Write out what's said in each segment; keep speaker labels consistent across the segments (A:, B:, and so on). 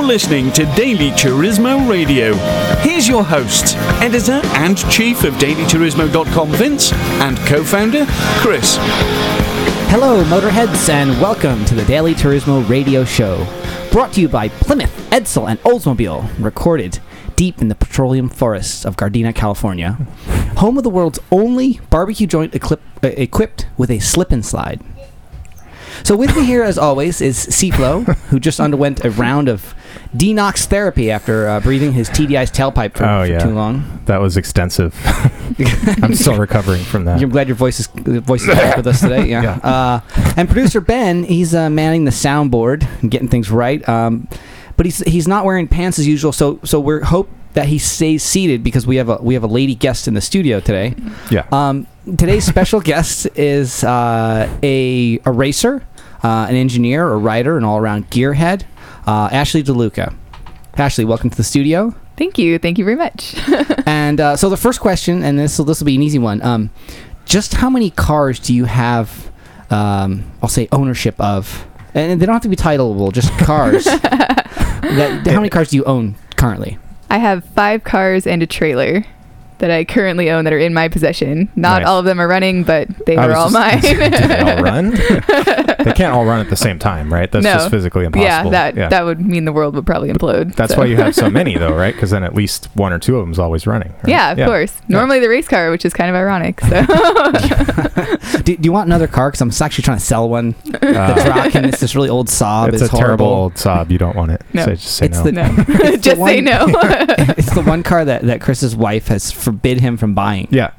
A: listening to Daily Turismo Radio. Here's your hosts, editor and chief of DailyTurismo.com, Vince, and co founder, Chris.
B: Hello, Motorheads, and welcome to the Daily Turismo Radio Show. Brought to you by Plymouth, Edsel, and Oldsmobile. Recorded deep in the petroleum forests of Gardena, California. Home of the world's only barbecue joint equip- uh, equipped with a slip and slide. So, with me here, as always, is Ciflo, who just underwent a round of denox therapy after uh, breathing his TDI's tailpipe for,
C: Oh,
B: for
C: yeah.
B: too long.
C: That was extensive. I'm still recovering from that.
B: I'm glad your voice is your voice is back with us today. Yeah.
C: Yeah.
B: Uh, and producer Ben, he's uh, manning the soundboard and getting things right. Um, but he's he's not wearing pants as usual. So so we're hope that he stays seated because we have a we have a lady guest in the studio today.
C: Yeah.
B: Um, today's special guest is uh, a a racer, uh, an engineer, a writer, an all around gearhead, uh, Ashley DeLuca. Ashley, welcome to the studio.
D: Thank you. Thank you very much.
B: And uh, so the first question, and this will this will be an easy one. Um, just how many cars do you have? Um, I'll say ownership of, and they don't have to be titleable, just cars. that, how many cars do you own currently?
D: I have five cars and a trailer that I currently own that are in my possession. Not
C: Nice.
D: all of them are running, but they
C: I
D: are
C: was
D: all mine.
C: just- Do they all run? they can't all run at the same time, right? That's
D: No.
C: just physically
D: yeah,
C: impossible.
D: that that would mean the world would probably implode.
C: That's
D: so.
C: why you have so many, though, right? Because then at least one or two of them is always running. right?
D: Yeah, of course. Normally the race car, which is kind of ironic. So
B: Do, do you want another car? Because I'm actually trying to sell one.
C: Uh,
B: It's rocking. It's this really old Saab.
C: it's
B: It's,
C: a terrible
B: horrible.
C: old sob. You don't want it.
D: No.
C: So just say
B: It's
C: no.
B: the-
D: no,
B: the
D: just say
B: one-
D: no.
B: it's the one car that, that Chris's wife has forbid him from buying.
C: yeah.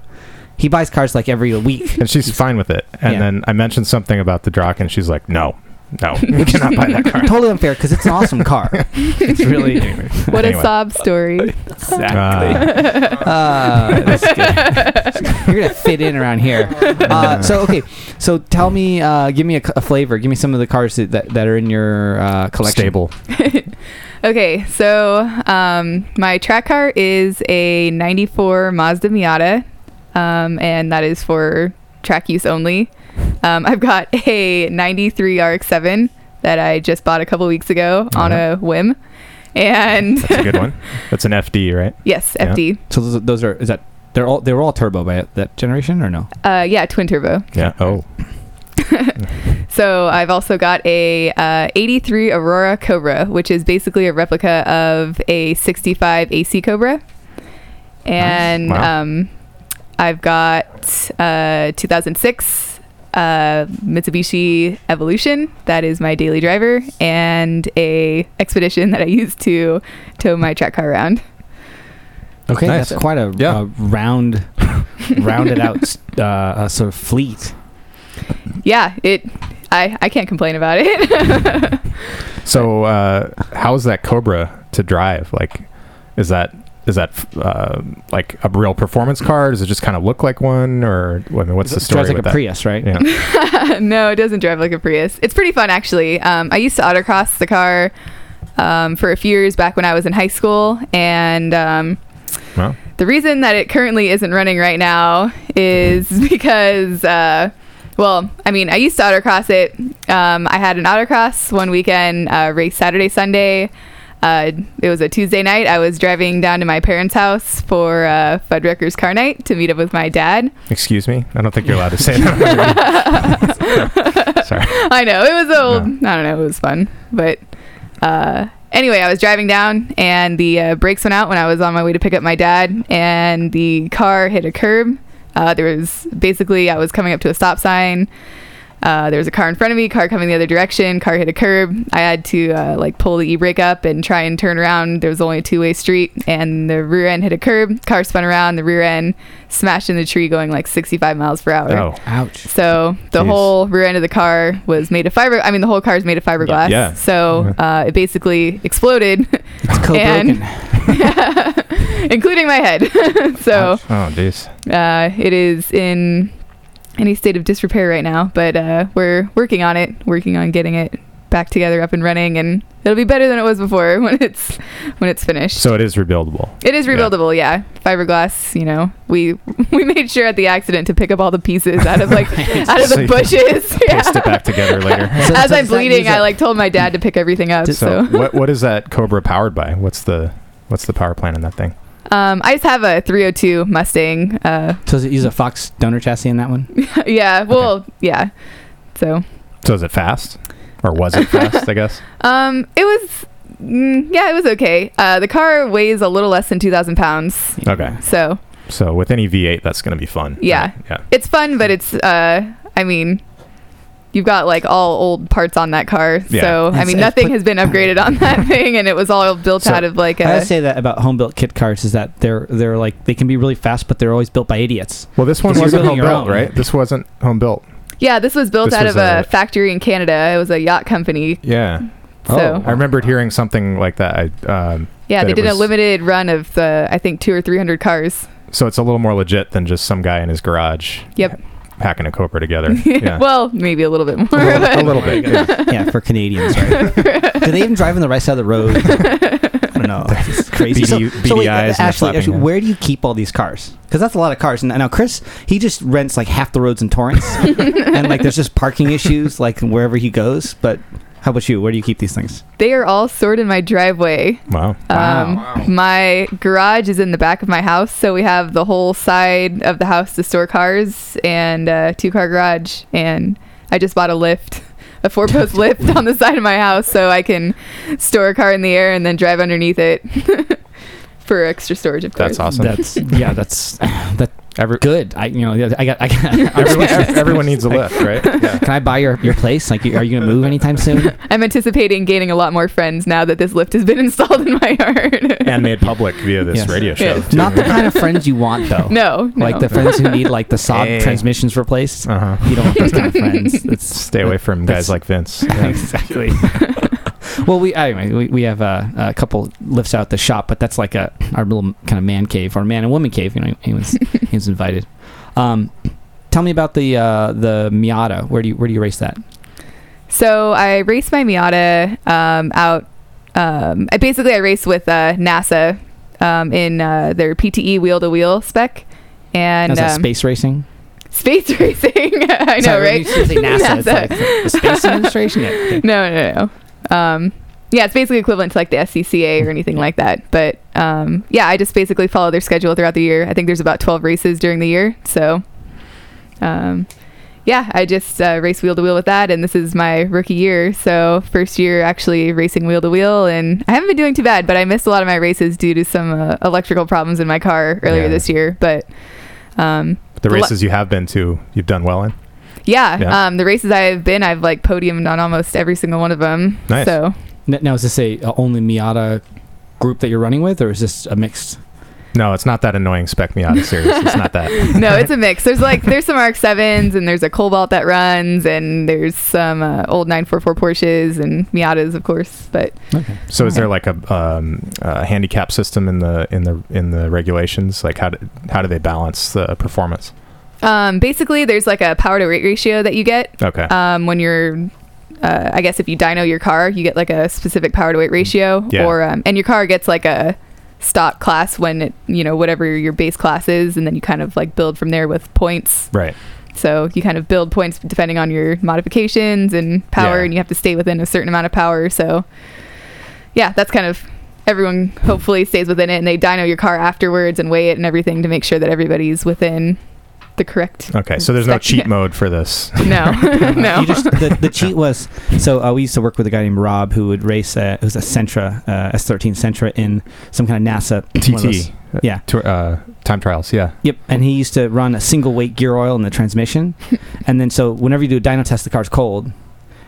B: He buys cars like every week.
C: And she's fine with it. And
B: Yeah.
C: then I mentioned something about the Drock, and she's like, no, no, you cannot buy that car.
B: totally unfair because it's an awesome car. It's really
D: what
C: Anyway.
D: a sob story.
C: Uh,
B: Uh, that's good. You're gonna fit in around here. Uh, so okay, so tell me, uh, give me a, c- a flavor. Give me some of the cars that, that, that are in your uh, collection.
C: stable.
D: Okay, so um, my track car is a 94 Mazda Miata, um, and that is for track use only. Um, I've got a 93 RX7 that I just bought a couple weeks ago on a whim. And
C: That's a good one. That's an FD, right?
D: yes,
C: Yeah.
D: FD.
B: So those, those are is that they're all they were all turbo by that generation or no?
D: Uh, yeah, twin turbo.
C: Yeah. Oh.
D: So I've also got a uh, 83 Aurora Cobra, which is basically a replica of a 65 AC Cobra, and
C: Nice. Wow.
D: um, I've got uh, 2006 uh, Mitsubishi Evolution. That is my daily driver, and a Expedition that I use to tow my track car around.
B: Okay,
C: Nice.
B: that's quite a,
C: Yeah.
B: a round, rounded out uh, uh, sort of fleet.
D: Yeah, it. I, I can't complain about it.
C: So, uh, how is that Cobra to drive? Like, is that is that uh, like a real performance car? Does it just kind of look like one, or I mean, what's the story
B: drives like
C: with
B: a
C: that?
B: Prius, right?
C: Yeah.
D: no, it doesn't drive like a Prius. It's pretty fun, actually. Um, I used to autocross the car um, for a few years back when I was in high school, and um,
C: Well,
D: the reason that it currently isn't running right now is because, uh, well, I mean, I used to autocross it. Um, I had an autocross one weekend, uh, race Saturday, Sunday. Uh, it was a Tuesday night. I was driving down to my parents' house for uh, Fuddruckers car night to meet up with my dad.
C: excuse me. I don't think you're allowed to say that. Sorry.
D: I know it was old. I don't know. It was fun, but uh, anyway, I was driving down and the uh, brakes went out when I was on my way to pick up my dad, and the car hit a curb. Uh, there was basically I was coming up to a stop sign. Uh, there was a car in front of me, car coming the other direction, car hit a curb. I had to uh, like pull the e-brake up and try and turn around. There was only a two-way street, and the rear end hit a curb. Car spun around, the rear end smashed in the tree, going like 65 miles per hour.
C: Oh.
B: Ouch.
D: So the
C: Jeez.
D: whole rear end of the car was made of fiber. I mean, the whole car is made of fiberglass.
C: Yeah. Uh-huh.
D: So uh, it basically exploded,
B: It's code
D: And-
B: broken.
D: including my head. so
C: Oh, jeez.
D: uh, it is in any state of disrepair right now, but uh, we're working on it, working on getting it back together, up and running, and it'll be better than it was before when it's when it's finished.
C: So it is rebuildable.
D: It is
C: Yeah.
D: rebuildable, yeah. Fiberglass, you know. We we made sure at the accident to pick up all the pieces out of like out of
C: So
D: the
C: you can
D: bushes.
C: Paste it
D: Yeah.
C: back together later.
B: So-
D: As
B: so
D: I'm
B: does that
D: bleeding,
B: use
D: I
B: up-
D: like told my dad to pick everything up.
C: So
D: So
C: what what is that Cobra powered by? What's the what's the power plant in that thing?
D: um, I just have a 302 Mustang. Uh,
B: So does it use a Fox donor chassis in that one?
D: yeah, well, yeah. So
C: So is it fast, or was it fast? I guess.
D: um, it was, mm, yeah, it was okay. Uh, the car weighs a little less than 2,000 pounds,
C: Okay.
D: so
C: So with any V8, that's going to be fun.
D: Yeah.
C: right? Yeah.
D: it's fun, but it's uh, I mean, you've got like all old parts on that car,
C: Yeah.
D: so I
B: It's-
D: mean,
B: it's
D: nothing
B: put-
D: has been upgraded on that thing, and it was all built
C: So,
D: out of like
B: I
D: a
B: always say that about home built kit cars is that they're they're like they can be really fast, but they're always built by idiots.
C: Well, this one
B: This
C: wasn't
B: wasn't
C: home
B: your
C: built,
B: own.
C: right? This wasn't home built.
D: yeah. This was built
C: This
D: out
C: was
D: of a,
C: a-
D: factory in Canada. It was a yacht company,
C: Yeah.
D: so
B: Oh.
C: I remembered hearing something like that. I, um,
D: yeah,
C: that
D: they
C: it
D: did a
C: was-
D: limited run of the I think two or three hundred cars.
C: so it's a little more legit than just some guy in his garage.
D: Yep.
C: Hacking a Cobra together. Yeah.
D: well, maybe a little bit more,
C: a little,
D: but
C: a little bit. yeah.
B: yeah, for Canadians, right? Do they even drive on the right side of the road? I don't know. It's crazy.
C: BD
B: so, so wait,
C: BDIs and
B: Ashley,
C: flapping
B: Ashley,
C: hands.
B: where do you keep all these cars? Because that's a lot of cars. And now Chris, he just rents like half the roads in Torrance, and like there's just parking issues like wherever he goes. But how about you? Where do you keep these things?
D: they are all stored in my driveway.
C: Wow.
D: Um, My garage is in the back of my house, so we have the whole side of the house to store cars and uh, two car garage. And I just bought a lift, a four post lift on the side of my house, so I can store a car in the air and then drive underneath it for extra storage, of course.
C: That's awesome.
B: That's yeah. That's that.
C: Every-
B: good. I you know I got I got.
C: everyone, ev- everyone needs a lift, right? Yeah.
B: Can I buy your, your place? Like, are you gonna move anytime soon?
D: I'm anticipating gaining a lot more friends now that this lift has been installed in my yard.
C: And made public via this
B: Yes.
C: radio show.
D: Yes.
B: Not the kind of friends you want, though.
D: no, no.
B: like the friends who need like the Saab
C: Hey.
B: transmissions replaced.
C: Uh huh.
B: You don't want those kind of friends. It's,
C: Stay away from
B: That's-
C: guys like Vince.
B: exactly. well, we anyway we, we have uh, a couple lifts out at the shop, but that's like a our little kind of man cave, our man and woman cave. You know, he was he was invited. Um, tell me about the uh, the Miata. Where do you where do you race that?
D: So I raced my Miata um, out. Um, I basically I raced with uh, NASA um, in uh, their PTE wheel to wheel spec and
B: Is that
D: um,
B: space racing?
D: space racing. I know,
B: Sorry, when
D: right?
B: you say NASA, it's
D: NASA.
B: like the space administration. Yeah, okay.
D: No, no, no. Um, yeah, it's basically equivalent to like the SCCA or anything like that. But um, yeah, I just basically follow their schedule throughout the year. I think there's about 12 races during the year. So um, yeah, I just uh, race wheel to wheel with that. And this is my rookie year. So first year actually racing wheel to wheel. And I haven't been doing too bad, but I missed a lot of my races due to some uh, electrical problems in my car earlier
C: Yeah.
D: this year. But um,
C: The
D: The le-
C: races you have been to, you've done well in.
D: yeah,
C: Yeah.
D: Um, the races I've been, I've like podiumed on almost every single one of them.
C: Nice.
D: So
B: N- Now, is this a, a only Miata group that you're running with, or is this a mixed?
C: No, it's not that annoying spec Miata series. It's not that.
D: no, it's a mix. There's like there's some RX sevens and there's a Cobalt that runs and there's some uh, old 944 Porsches and Miatas, of course. But
B: Okay.
C: So is there like a, um, a handicap system in the in the in the regulations? Like how do, how do they balance the performance?
D: um, basically, there's like a power to weight ratio that you get
C: Okay.
D: um, when you're. Uh, I guess if you dyno your car, you get like a specific power to weight ratio,
C: Yeah.
D: or um, and your car gets like a stock class when it you know whatever your base class is, and then you kind of like build from there with points.
C: right.
D: So you kind of build points depending on your modifications and power,
C: Yeah.
D: and you have to stay within a certain amount of power. So, yeah, that's kind of everyone hopefully stays within it, and they dyno your car afterwards and weigh it and everything to make sure that everybody's within the correct.
C: Okay. So there's no
D: Spec-
C: cheat mode for this.
D: No, no.
B: You just the, the cheat was so uh, we used to work with a guy named Rob who would race uh, it was a Sentra uh, S13 Sentra in some kind of NASA one of those-
C: TT.
B: Yeah.
C: Tour- uh, time trials. Yeah.
B: Yep, and he used to run a single weight gear oil in the transmission, and then so whenever you do a dyno test, the car's cold,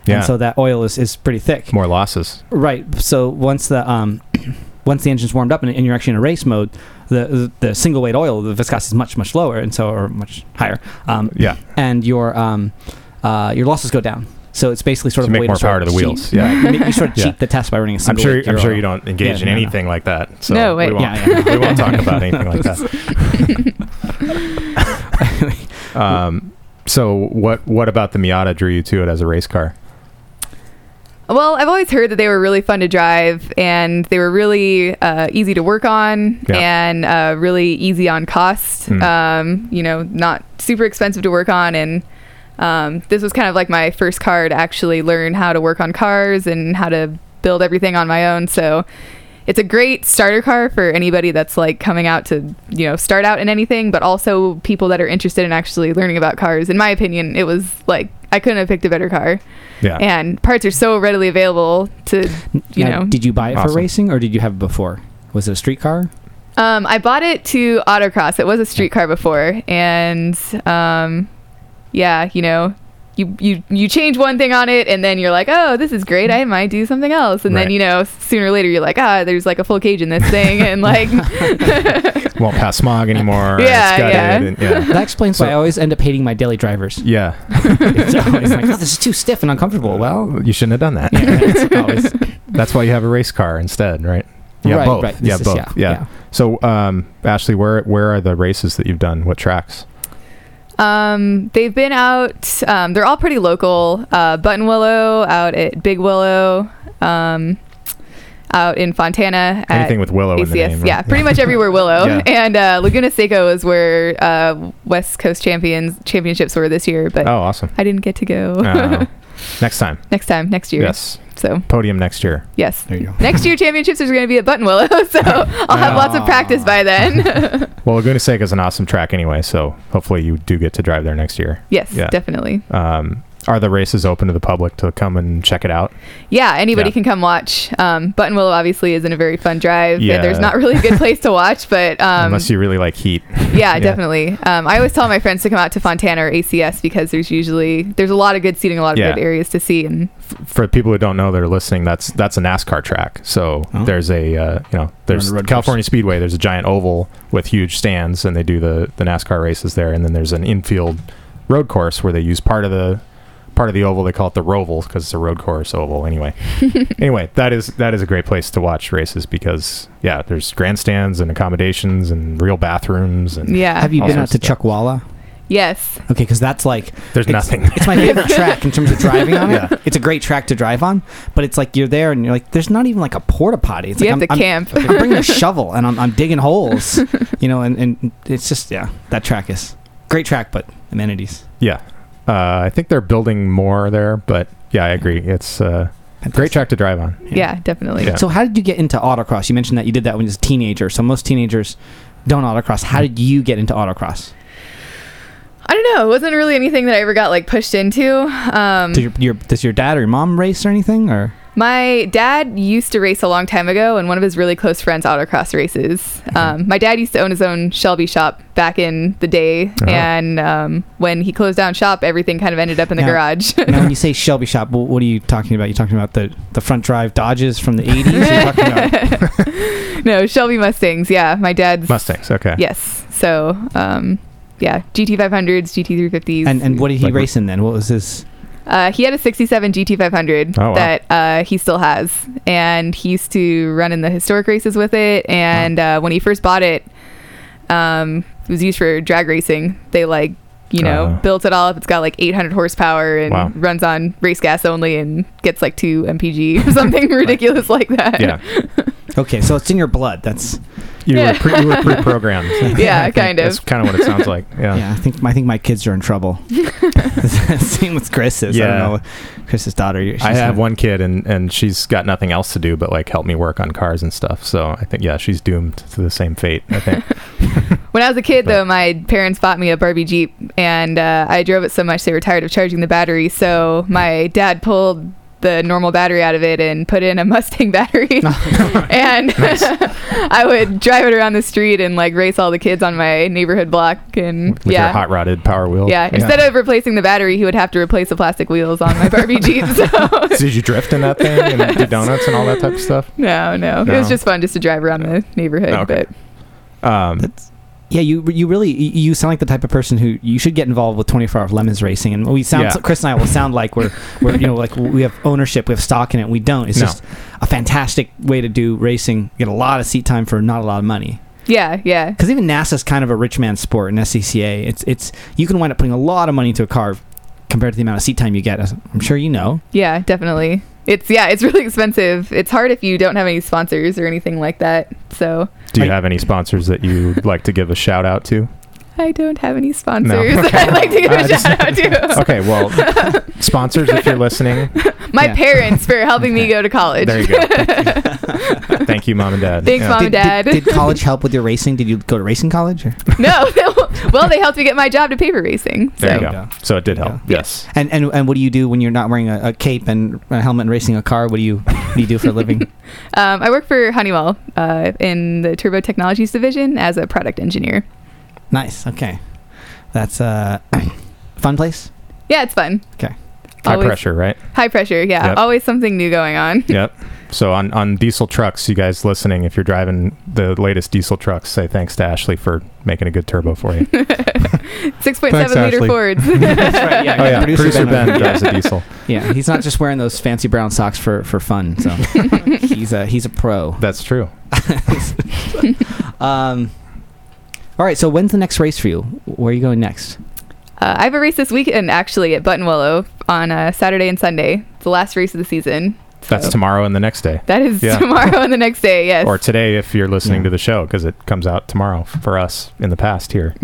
C: Yeah.
B: and so that oil is, is pretty thick.
C: More losses.
B: Right. So once the um, once the engine's warmed up and, and you're actually in a race mode, the the, the single weight oil the viscosity is much much lower and so or much higher. Um,
C: Yeah.
B: and your um, uh, your losses go down. So it's basically sort of
C: To
B: a
C: make
B: way
C: more
B: to sort
C: power
B: of
C: to the
B: cheat-
C: wheels. Yeah.
B: You, ma- you sort of
C: Yeah.
B: cheat the test by running a
C: I'm
B: single.
C: sure.
B: weight
C: I'm sure
B: euro.
C: you don't engage
B: Yeah,
C: in
B: no, no.
C: anything like that. So
D: No, wait.
C: We won't,
B: Yeah, yeah.
C: we won't talk about anything like that. Um, so what what about the Miata drew you to it as a race car?
D: Well, I've always heard that they were really fun to drive and they were really uh, easy to work on
C: Yeah.
D: and uh, really easy on cost. Um, you know, not super expensive to work on. And um, this was kind of like my first car to actually learn how to work on cars and how to build everything on my own. So it's a great starter car for anybody that's like coming out to, you know, start out in anything, but also people that are interested in actually learning about cars. In my opinion, it was like I couldn't have picked a better car
C: Yeah.
D: and parts are so readily available to you
B: Now,
D: know
B: did you buy it for
C: Awesome.
B: racing or did you have it before? Was it a street car?
D: um i bought it to autocross it was a street car before and um yeah you know you, you you change one thing on it and then you're like oh this is great i might do something else and
C: Right.
D: then you know sooner or later you're like ah there's like a full cage in this thing and like
C: Won't pass smog anymore.
D: Yeah,
C: it's gutted And, yeah.
B: That explains why I
C: So-
B: always end up hating my daily drivers.
C: Yeah.
B: it's always like, oh, this is too stiff and uncomfortable. Well,
C: Well, you shouldn't have done that.
B: yeah, it's always-
C: That's why you have a race car instead, right? Yeah,
B: right,
C: both.
B: right.
C: Yeah,
B: This is-
C: both. yeah. So, um, Ashley, where where are the races that you've done? What tracks?
D: Um, they've been out. Um, they're all pretty local. Uh, Button Willow out at Big Willow. Um, out in Fontana at
C: Anything with Willow in the
D: ACS.
C: name, right?
D: E Yeah, pretty much everywhere Willow
C: Yeah.
D: and uh, Laguna Seco is where uh, West Coast champions championships were this year, but
C: Oh, awesome.
D: I didn't get to go.
C: Uh, next time.
D: next time, next year.
C: Yes.
D: So
C: Podium next year.
D: yes.
B: There you go.
D: Next year championships is going to be at Button Willow, so I'll have lots of practice by then.
C: Well, Laguna Seca is an awesome track anyway, so hopefully you do get to drive there next year.
D: yes,
C: Yeah.
D: definitely.
C: Um, are the races open to the public to come and check it out?
D: Yeah, anybody
C: Yeah.
D: can come watch. Um, Button Willow obviously isn't a very fun drive.
C: Yeah.
D: Yeah. There's not really a good place to watch, but um,
C: Unless you really like heat.
D: yeah, definitely. Um, I always tell my friends to come out to Fontana or ACS because there's ually there's a lot of good seating, a lot of
C: Yeah.
D: good areas to see, and
C: For people who don't know that are listening, that's that's a NASCAR track. So
B: Oh.
C: there's a uh, you know there's
B: road
C: California Speedway. There's a giant oval with huge stands, and they do the the NASCAR races there. And then there's an infield road course where they use part of the part of the oval. They call it the roval because it's a road course oval. Anyway, anyway, that is that is a great place to watch races because yeah, there's grandstands and accommodations and real bathrooms and
D: yeah.
B: Have you
C: All
B: been out
C: sorts
B: to
C: of stuff.
B: Chuckwalla?
D: Yes.
B: Okay, because that's like
C: there's
B: It's-
C: nothing.
B: it's my favorite track in terms of driving on it.
C: Yeah.
B: It's a great track to drive on, but it's like you're there and you're like, there's not even like a porta potty. It's
D: You
B: like
D: have
B: I'm,
D: to camp.
B: I'm, I'm bringing a shovel and I'm, I'm digging holes, you know, and, and it's just yeah, that track is great track, but amenities.
C: Yeah. Uh, I think they're building more there, but yeah, I agree. It's uh, great track to drive on.
D: yeah. definitely.
C: Yeah.
B: So how did you get into autocross? You mentioned that you did that when you was a teenager. So most teenagers don't autocross. How did you get into autocross?
D: I don't know. It wasn't really anything that I ever got like pushed into. Um,
B: Does your, your does your dad or your mom race or anything or
D: My dad used to race a long time ago, and one of his really close friends autocross races.
B: Uh-huh.
D: Um, my dad used to own his own Shelby shop back in the day,
B: Uh-huh.
C: Oh.
D: and um, when he closed down shop, everything kind of ended up in the
B: Now-
D: garage.
B: now, when you say Shelby shop, wh- what are you talking about? You're talking about the, the front drive Dodges from the 80s? You're talking about,
D: no, Shelby Mustangs. Yeah, my dad's.
C: Mustangs, okay.
D: Yes. So, um, yeah, GT 500s, GT 350s.
B: and, and what did he
C: Like-
B: race in then? What was his?
D: Uh, he had a 67 GT500
C: Oh, wow.
D: that uh, he still has. And he used to run in the historic races with it. And uh, when he first bought it, um, it was used for drag racing. They, like, you know,
C: Oh.
D: built it all up. It's got like 800 horsepower and
C: Wow.
D: runs on race gas only and gets like two MPG or something ridiculous like that.
C: Yeah.
B: Okay, so it's in your blood. That's
C: You,
D: Yeah.
C: Were pre- you were pre-programmed.
D: Yeah, kind
C: That's
D: of.
C: kind of what it sounds like. Yeah.
B: yeah. I think I think my kids are in trouble. Same with Chris's. I
C: Yeah.
B: don't know. Chris's daughter. you-
C: I
B: she's
C: have
B: gonna-
C: one kid, and, and she's got nothing else to do but like help me work on cars and stuff. So I think yeah, she's doomed to the same fate. I think.
D: When I was a kid,
C: But-
D: though, my parents bought me a Barbie Jeep, and uh, I drove it so much they were tired of charging the battery. So my dad pulled the normal battery out of it and put in a Mustang battery, and I would drive it around the street and like race all the kids on my neighborhood block. And
C: With your
D: yeah,
C: hot rodded power wheel.
D: yeah. Instead of replacing the battery, he would have to replace the plastic wheels on my Barbie Jeep. So
C: did you drift in that thing and do donuts and all that type of stuff?
D: no, no, it
C: No.
D: was just fun just to drive around the neighborhood.
C: Okay.
D: But
C: Um,
B: Yeah, you you really you you sound like the type of person who you should get involved with 24 hour lemons racing. And we sound
C: Yeah.
B: so- Chris and I will sound like we're we're you know like we have ownership, we have stock in it. We don't. It's
C: No.
B: just a fantastic way to do racing. Get a lot of seat time for not a lot of money.
D: yeah, yeah,
B: Because even NASA's kind of a rich man's sport in SCCA. It's it's you can wind up putting a lot of money into a car compared to the amount of seat time you get. As I'm sure you know.
D: yeah, definitely. It's yeah, it's really expensive. It's hard if you don't have any sponsors or anything like that. So
C: Do you
B: I-
C: have any sponsors that you'd like to give a shout out to?
D: I don't have any sponsors.
C: Okay.
D: I'd like to give
C: Uh,
D: a
C: just-
D: shout out to
C: Okay, well, sponsors, if you're listening,
D: my
B: Yeah.
D: parents for helping me go to college.
C: there you go. Thank you, mom and dad.
D: Thanks, Mom.
B: did,
D: Dad.
B: Did, did college help with your racing? Did you go to racing college? Or?
D: no, well, they helped me get my job to paper racing.
C: There
D: So
C: you go.
B: Yeah.
C: So it did help.
D: Yeah.
C: Yes.
B: And, and and what do you do when you're not wearing a, a cape and a helmet and racing a car? What do you what do you do for a living?
D: um, I work for Honeywell uh, in the Turbo Technologies division as a product engineer.
B: nice. Okay, that's a fun place.
D: Yeah, it's fun.
B: Okay.
C: High
D: Always-
C: pressure, right?
D: High pressure. Yeah,
C: Yep.
D: always something new going on.
C: Yep. So on, on diesel trucks, you guys listening, if you're driving the latest diesel trucks, say thanks to Ashley for making a good turbo for you.
D: Six point seven
C: Thanks,
D: liter
C: Ashley.
D: Fords.
B: right.
C: oh yeah, producer, Ben,
B: yeah.
C: drives a diesel.
B: he's not just wearing those fancy brown socks for for fun. So he's a he's a pro.
C: That's true.
B: Um, all right. So when's the next race for you? Where are you going next?
D: Uh, I have a race this weekend actually at Button Willow on uh, Saturday and Sunday. It's the last race of the season.
C: That's
D: So
C: tomorrow and the next day,
D: That is
C: Yeah.
D: tomorrow and the next day. Yes.
C: or today if you're listening
B: Yeah.
C: to the show, because it comes out tomorrow f- for us in the past here.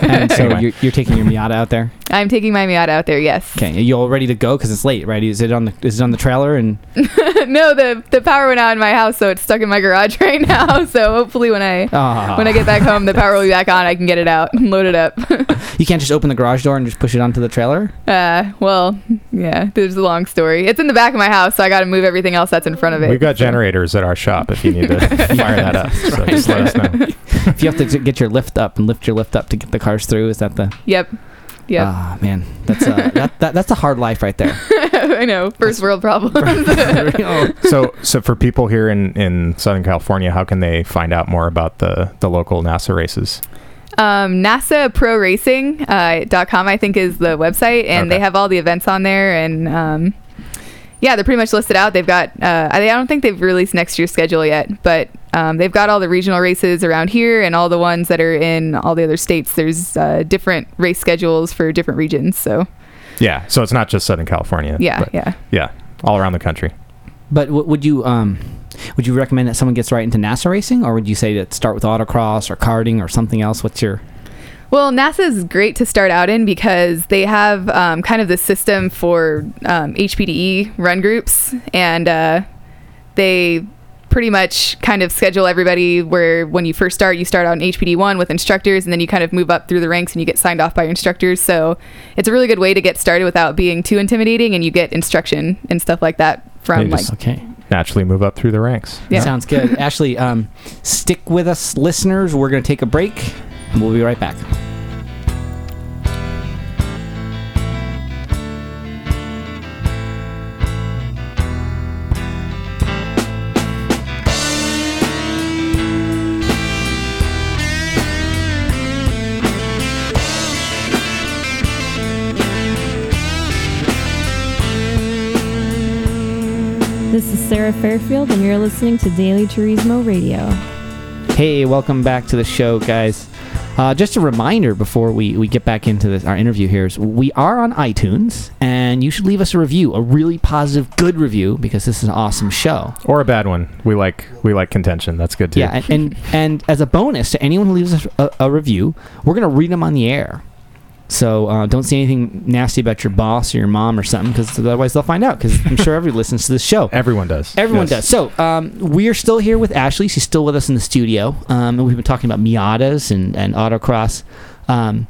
B: And so
C: Anyway.
B: you're, you're taking your Miata out there.
D: I'm taking my Miata out there. Yes.
B: Okay, you all ready to go? Because it's late, right? Is it on the is it on the trailer? And
D: no, the the power went out in my house, so it's stuck in my garage right now. So hopefully when I
B: Ah.
D: when I get back home, the power will be back on. I can get it out and load it up.
B: you can't just open the garage door and just push it onto the trailer.
D: Uh, well, yeah. There's a long story. It's in the back of my house, so I got to move everything else that's in front of it.
C: We've got generators at our shop if you need to fire that up. So just let us know.
B: if you have to get your lift up and lift your lift up to get the cars through, is that the?
D: Yep. Yep.
B: Ah, man, that's a that, that, that's a hard life right there.
D: I know. First world problem.
B: Oh.
C: So, so for people here in, in Southern California, how can they find out more about the, the local NASA races?
D: um, NASA Pro Racing uh, dot .com I think is the website, and they
C: Okay.
D: have all the events on there, and um, yeah, they're pretty much listed out. They've got uh, I I don't think they've released next year's schedule yet, but um, they've got all the regional races around here and all the ones that are in all the other states. There's uh, different race schedules for different regions, so
C: Yeah. So it's not just Southern California.
D: yeah,
C: but
D: yeah.
C: yeah. All around the country.
B: But w- would you um would you recommend that someone gets right into NASA racing, or would you say that start with autocross or karting or something else? What's your
D: Well, NASA is great to start out in because they have um, kind of the system for um, HPDE run groups, and uh, they pretty much kind of schedule everybody where when you first start, you start out in HPD one with instructors, and then you kind of move up through the ranks and you get signed off by your instructors. So it's a really good way to get started without being too intimidating, and you get instruction and stuff like that from
C: You
D: like
C: just-
B: okay?
C: Naturally move up through the ranks.
D: Yeah.
B: Sounds good. Ashley, um, stick with us, listeners. We're going to take a break. And we'll be right back.
E: This is Sarah Fairfield, and you're listening to Daily Turismo Radio.
B: Hey, welcome back to the show, guys. Uh, just a reminder before we, we get back into this, our interview here is we are on iTunes, and you should leave us a review, a really positive, good review, because this is an awesome show.
C: Or a bad one. We like we like contention. That's good too.
B: Yeah, and, and and as a bonus to anyone who leaves us a, a review, we're gonna read them on the air. So uh, don't say anything nasty about your boss or your mom or something, because otherwise they'll find out. Because I'm sure everyone listens to this show.
C: Everyone does.
B: Everyone does.
C: Yes.
B: So um, we are still here with Ashley. She's still with us in the studio, um, and we've been talking about Miatas and and autocross. Um,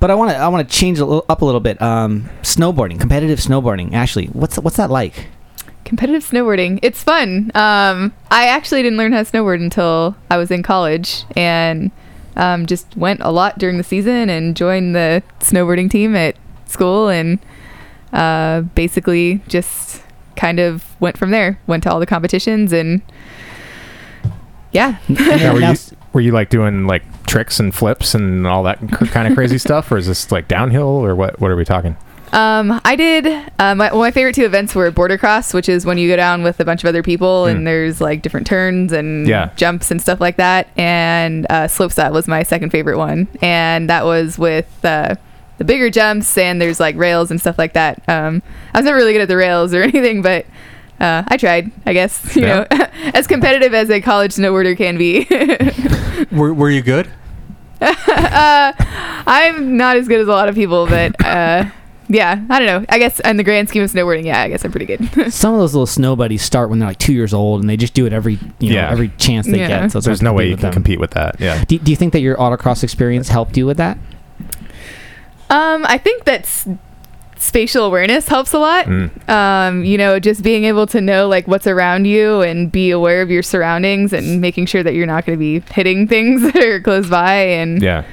B: but I want to I want to change a little, up a little bit. Um, snowboarding, competitive snowboarding. Ashley, what's what's that like?
D: competitive snowboarding. It's fun. Um, I actually didn't learn how to snowboard until I was in college and um, just went a lot during the season and joined the snowboarding team at school and uh, basically just kind of went from there. Went to all the competitions and yeah,
C: Now, were, you, were you like doing like tricks and flips and all that cr- kind of crazy stuff, or is this like downhill, or what? What are we talking?
D: Um, I did. Uh, my, well, my favorite two events were border cross, which is when you go down with a bunch of other people
C: Hmm.
D: and there's like different turns and
C: Yeah.
D: jumps and stuff like that. And uh, slopestyle was my second favorite one, and that was with uh, the bigger jumps and there's like rails and stuff like that. Um, I was never really good at the rails or anything, but uh, I tried, I guess. You
C: Yeah.
D: know, as competitive as a college snowboarder can be.
C: Were, were you good?
D: uh, I'm not as good as a lot of people, but uh, yeah, I don't know. I guess in the grand scheme of snowboarding, yeah, I guess I'm pretty good.
B: Some of those little snow buddies start when they're like two years old, and they just do it every you know
C: Yeah.
B: every chance they
D: Yeah.
B: get. So it's hard
C: There's
B: to
C: no way you
B: with
C: can
B: them.
C: compete with that. Yeah.
B: Do, do you think that your autocross experience helped you with that?
D: Um, I think that s- spatial awareness helps a lot.
C: Mm.
D: Um, you know, just being able to know like what's around you and be aware of your surroundings and making sure that you're not going to be hitting things that are close by. And
C: Yeah.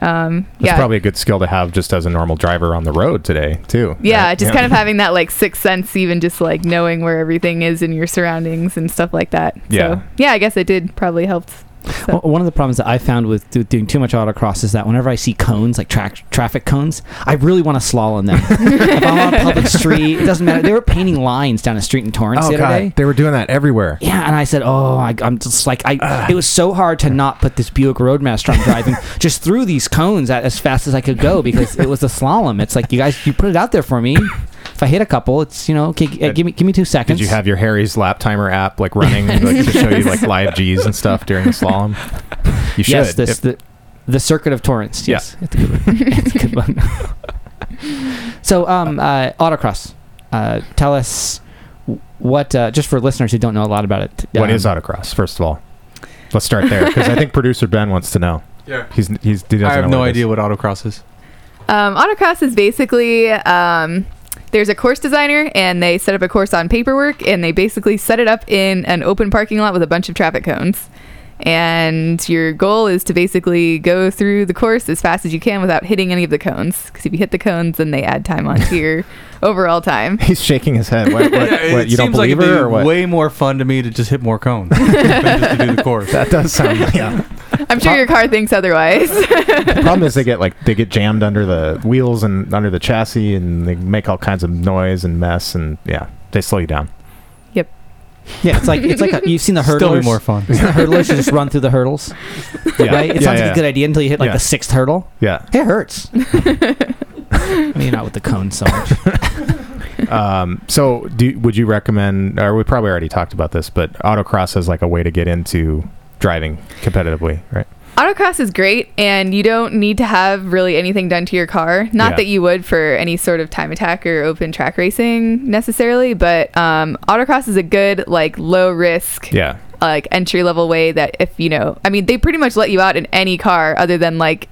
D: um,
C: That's
D: yeah,
C: probably a good skill to have just as a normal driver on the road today, too.
D: yeah,
C: right?
D: just kind of having that like sixth sense, even just like knowing where everything is in your surroundings and stuff like that.
C: Yeah.
D: so, yeah, I guess it did probably help. So-
B: One- One of the problems that I found with do- doing too much autocross is that whenever I see cones, like tra- traffic cones, I really want to slalom them. if I'm on a public street, it doesn't matter. They were painting lines down a street in Torrance the
C: Oh,
B: other day.
C: God. They were doing that everywhere.
B: Yeah, and I said, "Oh, I, I'm just like I." It was so hard to not put this Buick Roadmaster I'm driving just through these cones at, as fast as I could go because it was a slalom. It's like you guys, you put it out there for me. If I hit a couple, it's you know, okay, g- uh, give me give me two seconds.
C: Did you have your Harry's lap timer app like running like, to show you like live G's and stuff during the slalom? You should.
B: yes, this
C: If-
B: the the circuit of Torrance.
C: Yeah.
B: Yes, it's a good one. It's a good one. so, um, uh, autocross. Uh, tell us what uh, just for listeners who don't know a lot about it.
C: what is
B: um,
C: autocross? First of all, let's start there because I think producer Ben wants to know.
F: Yeah.
C: He's he's he doesn't
F: I have
C: know
F: no
C: what it
F: idea
C: is.
F: what autocross is.
D: Um, autocross is basically um, there's a course designer and they set up a course on paperwork and they basically set it up in an open parking lot with a bunch of traffic cones. And your goal is to basically go through the course as fast as you can without hitting any of the cones. Because if you hit the cones, then they add time onto your overall time.
C: He's shaking his head. What, what,
F: Yeah,
C: what, you don't
F: seems like
C: believe
F: it'd
C: her
F: be
C: or what?
F: Way more fun to me to just hit more cones than just to do the course.
C: that does sound. Yeah.
D: I'm sure your car thinks otherwise.
C: the problem is they get like they get jammed under the wheels and under the chassis and they make all kinds of noise and mess and yeah they slow you down.
B: Yeah, it's like it's like a, you've seen the
F: Still be
B: hurdlers.
F: more fun.
B: the hurdlers you just run through the hurdles, right? It
C: yeah,
B: sounds
C: yeah,
B: like a good idea until you hit like
C: Yeah.
B: the sixth hurdle.
C: yeah.
B: It hurts. I mean, not with the cone so much.
C: um, so do, would you recommend or we probably already talked about this but autocross is like a way to get into driving competitively right
D: Autocross is great, and you don't need to have really anything done to your car. Not
C: Yeah.
D: that you would for any sort of time attack or open track racing necessarily, but um, autocross is a good, like, low risk,
C: yeah
D: like, entry level way that if you know, I mean, they pretty much let you out in any car other than, like,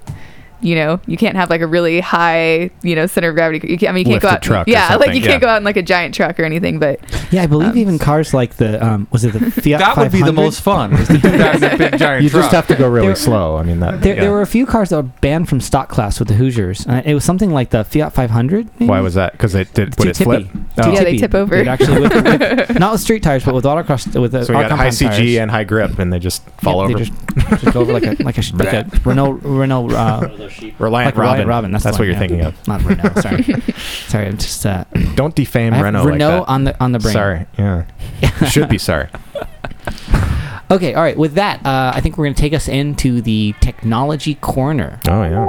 D: you know, you can't have like a really high, you know, center of gravity. You can't, I mean, you can't go
C: Lifted
D: out.
C: truck or
D: yeah, like
C: something,
D: you
C: yeah.
D: can't go out in like a giant truck or anything. But
B: Yeah, I believe
D: Um,
B: even cars like the um, was it the Fiat
F: That would be the
B: 500?
F: most fun. Is to do that in a big giant
C: you
F: truck.
C: just have to go really
B: There-
C: slow i mean that
B: There,
C: yeah.
B: there were a few cars that were banned from stock class with the Hoosiers. And it was something like the Fiat 500. maybe?
C: why was that because it did
B: Too
C: would it flip
B: tippy.
C: Oh.
D: Yeah, they tip over.
B: It actually with, with- not with street tires, but with autocross. With uh,
C: so we
B: our
C: got high
B: compound
C: cg
B: tires.
C: and high grip and they just fall
B: Yeah,
C: over
B: They just, just go over like a like a, sh- like a Renault Renault. Uh, like a
C: reliant robin,
B: Reliant Robin. That's, the
C: what
B: one,
C: you're
B: yeah.
C: thinking of
B: Not Renault. Sorry, sorry. I'm just uh,
C: don't defame
B: I have
C: renault,
B: Renault
C: like that.
B: on the on the brain.
C: sorry yeah You should be sorry
B: Okay. All right. With that, uh, I think we're going to take us into the technology corner.
C: oh yeah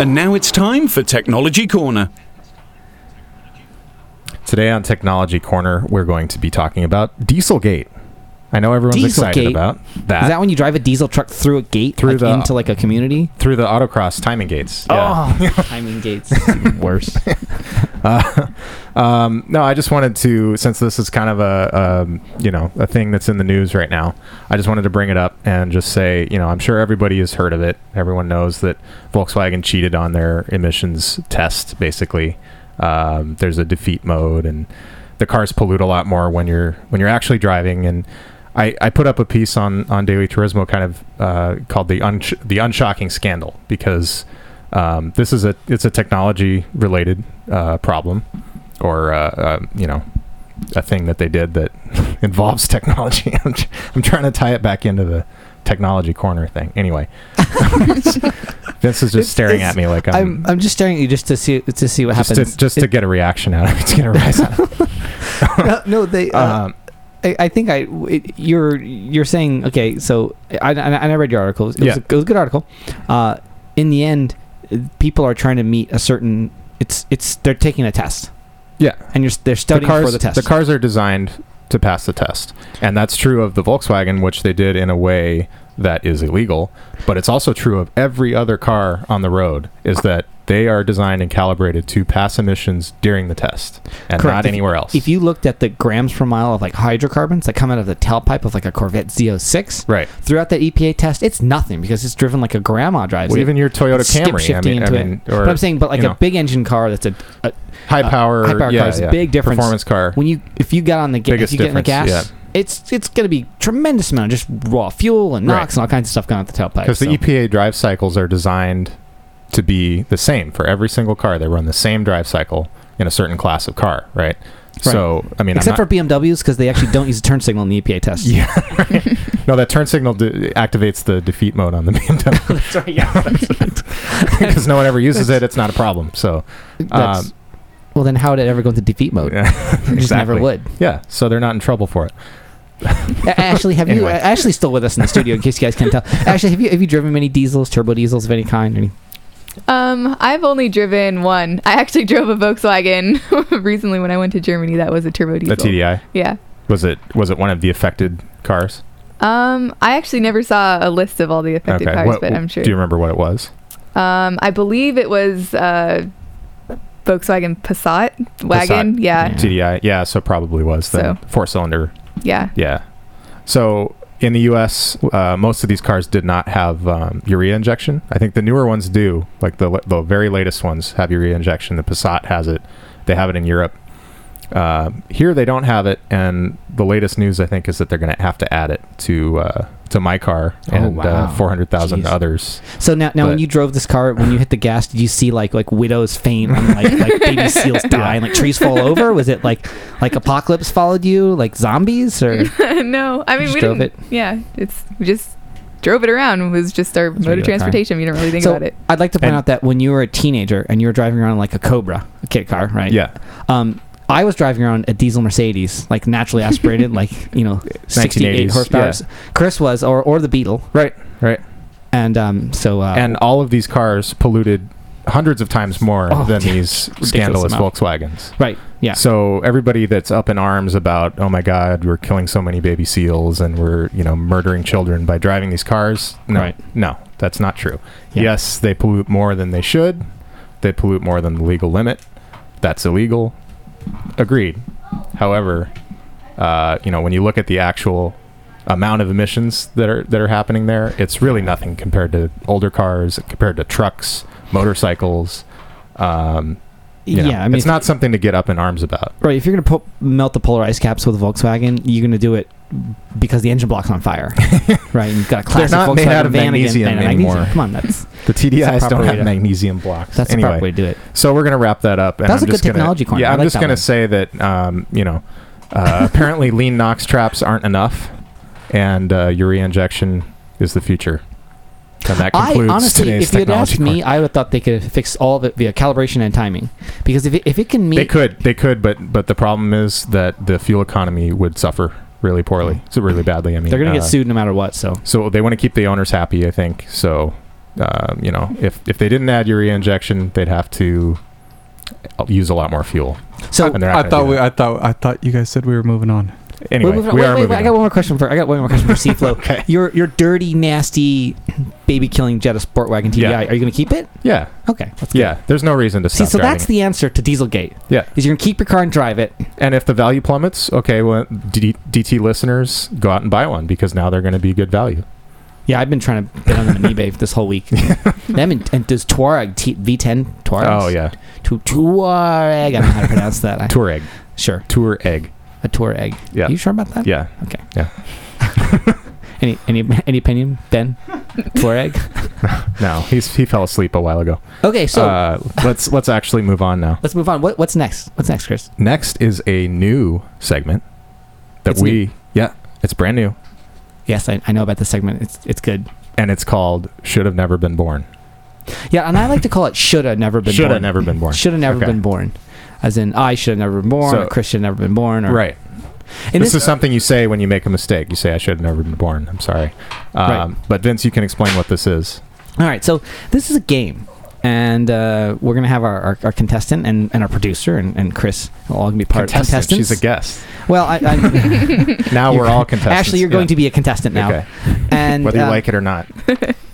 A: And now it's time for Technology Corner.
C: Today on Technology Corner, we're going to be talking about Dieselgate. I know everyone's excited
B: Dieselgate?
C: about that.
B: Is that when you drive a diesel truck through a gate
C: Through
B: like,
C: the-
B: into like a community?
C: Through the autocross timing gates. Yeah.
B: Oh, timing gates. Even worse.
C: Um, no, I just wanted to, since this is kind of a, um, you know, a thing that's in the news right now, I just wanted to bring it up and just say, you know, I'm sure everybody has heard of it. Everyone knows that Volkswagen cheated on their emissions test, basically. Um, there's a defeat mode and the cars pollute a lot more when you're when you're actually driving and I, I put up a piece on, on Daily Turismo kind of uh, called the unsh- the unshocking scandal because um, this is a it's a technology related uh, problem or uh, uh, you know a thing that they did that involves technology. I'm, tr- I'm trying to tie it back into the technology corner thing. Anyway, Vince is just
B: It's-
C: staring
B: it's-
C: at me like I'm,
B: I'm, I'm just staring at you just to see to see what
C: just,
B: happens.
C: to, just to get a reaction out of it. To get a rise out. of
B: no, no, they.
C: it.
B: Uh,
C: um,
B: I, I think I it, you're you're saying okay. So I I, and I read your article. It,
C: Yeah.
B: was, a, it was a good article. Uh, in the end, uh, people are trying to meet a certain. It's it's they're taking a test
C: yeah,
B: and you're s- they're studying for the test.
C: cars are designed to pass the test, and that's true of the Volkswagen, which they did in a way that is illegal. But it's also true of every other car on the road is that they are designed and calibrated to pass emissions during the test and
B: Correct.
C: not
B: If-
C: anywhere else.
B: if you looked at the grams per mile of like hydrocarbons that come out of the tailpipe of like a Corvette Z06
C: right,
B: throughout that EPA test, it's nothing because it's driven like a grandma drives
C: well,
B: it.
C: even your Toyota
B: skip
C: Camry, I
B: shifting
C: mean, I
B: into it.
C: mean or
B: but I'm saying, but like
C: you
B: a
C: know.
B: big engine car that's a, a
C: high
B: uh,
C: power,
B: high power
C: yeah,
B: cars,
C: yeah.
B: big difference.
C: performance car.
B: when you if you got on the gas, if
C: Biggest
B: you get in the gas,
C: difference,
B: it's it's going to be tremendous amount of just raw fuel and NOx and all kinds of stuff going out the tailpipe.
C: because
B: so.
C: the E EPA drive cycles are designed to be the same for every single car. They run the same drive cycle in a certain class of car, right? So I mean,
B: except
C: I'm
B: for BMWs because they actually don't use a turn signal in the EPA test.
C: Yeah. not, no, that turn signal d- activates the defeat mode on the BMW
B: that's right. Yeah,
C: because no one ever uses it. It's not a problem. So
B: That's- well, then how would it ever go into defeat mode?
C: Um, yeah,
B: It just never
C: exactly.
B: would.
C: Yeah, so they're not in trouble for it.
B: A- Ashley, have
C: Anyway.
B: you? Ashley's still with us in the studio, in case you guys can't tell. Ashley, have you have you driven many diesels, turbo diesels of any kind? Any?
D: Um, I've only driven one. I actually drove a Volkswagen recently when I went to Germany. That was a turbo diesel.
C: The TDI
D: Yeah.
C: was it was it one of the affected cars?
D: Um, I actually never saw a list of all the affected cars,
C: What-
D: but I'm sure.
C: Do you remember what it was?
D: Um, I believe it was uh, Volkswagen Passat wagon. Yeah,
C: TDI. Yeah, so probably was the
D: So.
C: four cylinder
D: yeah.
C: Yeah. So in the U.S., uh, most of these cars did not have um, urea injection. I think the newer ones do, like the the very latest ones have urea injection. The Passat has it. They have it in Europe. Uh, here they don't have it, and the latest news I think is that they're going to have to add it to uh, to my car
B: Oh,
C: and
B: wow.
C: uh, four hundred thousand
B: Jeez.
C: others.
B: So now, now when
C: But-
B: you drove this car, when you hit the gas, did you see like like widows faint and like like baby seals die and like trees fall over? Was it like like apocalypse followed you, like zombies, or
D: no, I mean
B: Just
D: we
B: drove
D: didn't. Yeah, it's we just drove it around. It was just our mode
B: regular
D: of
B: car.
D: transportation. We didn't really think
B: So,
D: about it.
B: I'd like to point
C: And-
B: out that when you were a teenager and you were driving around in, like a Cobra, a kit car, right?
C: Yeah,
B: Um, I was driving around a diesel Mercedes, like naturally aspirated, like you know, sixty-eight
C: 1980s,
B: horsepower.
C: yeah.
B: Chris was, or or the Beetle,
C: right, right.
B: and um, so uh,
C: and all of these cars polluted hundreds of times more
B: Oh,
C: than
B: yeah.
C: these scandalous
B: amount.
C: Volkswagens.
B: right, yeah.
C: So everybody that's up in arms about, oh my God, we're killing so many baby seals and we're, you know, murdering children by driving these cars. No,
B: Right.
C: no, that's not true.
B: Yeah.
C: Yes, they pollute more than they should. They pollute more than the legal limit. That's illegal. Agreed. However, uh, you know, when you look at the actual amount of emissions that are that are happening there, it's really nothing compared to older cars, compared to trucks, motorcycles. Um, you know,
B: yeah, I mean,
C: it's not something to get up in arms about.
B: Right, if you're gonna po- melt the polar ice caps with a Volkswagen, you're gonna do it because the engine block's on fire, right? You've got a classic
C: not
B: Volkswagen
C: made out of
B: van
C: magnesium
B: again, and
C: anymore.
B: Come on, that's
C: The
B: That's the
C: TDIs
B: proper
C: don't
B: way
C: have
B: to-
C: magnesium blocks.
B: that's the
C: anyway,
B: proper way to do it.
C: so we're gonna wrap that up. And
B: That was
C: I'm
B: a
C: just
B: good
C: gonna-
B: technology corner.
C: Yeah,
B: I
C: I'm
B: like
C: just
B: that
C: gonna
B: one.
C: say that um, you know, uh, apparently lean NOx traps aren't enough, and uh, urea injection is the future. And that
B: I
C: concludes
B: honestly,
C: today's
B: if you'd
C: technology
B: asked me, I would have thought they could have fixed all of it via calibration and timing. Because if it, if it can
C: corner. they
B: meet,
C: could, they could, but but the problem is that the fuel economy would suffer really poorly,
B: Mm.
C: so really badly. I mean,
B: they're gonna get
C: uh,
B: sued no matter what. So
C: So they want to keep the owners happy, I think. So, um, you know, if if they didn't add urea injection, they'd have to use a lot more fuel.
B: so
C: And they're
F: I
C: not
F: thought
C: gonna
F: we,
C: do
F: I thought I thought you guys said we were moving on.
C: that. anyway,
B: Wait, wait,
C: we
B: wait,
C: are
B: wait,
C: moving
B: I got one more question for I got one more question for Seaflow.
C: Okay.
B: Your your dirty, nasty, baby killing Jetta Sport Wagon TDI.
C: Yeah.
B: Are you gonna keep it?
C: on. Yeah,
B: Okay, that's good.
C: yeah. There's no reason to
B: See,
C: stop
B: so
C: driving.
B: that's the answer to Dieselgate.
C: Yeah.
B: is you're gonna keep your car and drive it.
C: and if the value plummets, okay, well, D- DT listeners, go out and buy one because now they're going to be good value.
B: Yeah, I've been trying to bid on them on eBay this whole week. Them and, and does Touareg T, V10 Touareg?
C: Oh yeah,
B: Tu- Touareg. I don't know how to pronounce that. I,
C: tour egg,
B: sure,
C: tour egg.
B: a Touareg.
C: Yeah.
B: you sure about that?
C: Yeah.
B: Any any any opinion, Ben? Touareg.
C: No, he's he fell asleep a while ago.
B: Okay, so
C: uh, let's let's actually move on now.
B: let's move on. What what's next? What's next, Chris?
C: Next is a new segment that
B: It's
C: we yeah, it's brand new.
B: Yes, I, I know about this segment. It's it's good.
C: and it's called "Should Have Never Been Born."
B: Yeah, and I like to call it shoulda never been
C: Should
B: born.
C: have never been born.
B: Shoulda never
C: Okay.
B: been born. As in I should have never been born, or
C: So-
B: Chris should have never been born, or
C: Right.
B: And
C: this,
B: this,
C: is something you say when you make a mistake. You say, "I should have never been born." I'm sorry. Um,
B: Right.
C: But Vince, you can explain what this is.
B: all right, so this is a game. And uh, we're gonna have our, our, our contestant and, and our producer and, and Chris will all be part
C: Contestant.
B: contestants.
C: She's a guest.
B: well, I, I,
C: Now
B: You're-
C: we're all contestants.
B: actually, you're going to be a contestant now.
C: Okay.
B: And
C: Whether you
B: uh,
C: like it or not.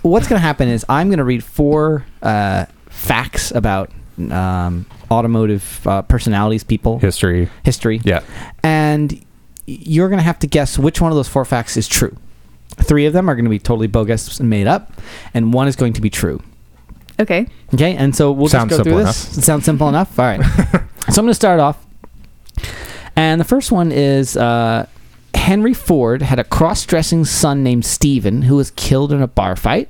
B: what's going to happen is I'm going to read four uh, facts about um, automotive uh, personalities, people,
C: History.
B: history,
C: Yeah.
B: and y- you're going to have to guess which one of those four facts is true. Three of them are going to be totally bogus and made up, and one is going to be true.
D: Okay.
B: Okay, and so we'll
C: Sounds
B: just go through
C: simple
B: this. It sounds simple enough. All right, so I'm going to start off, and the first one is. Uh, Henry Ford had a cross-dressing son named Stephen who was killed in a bar fight.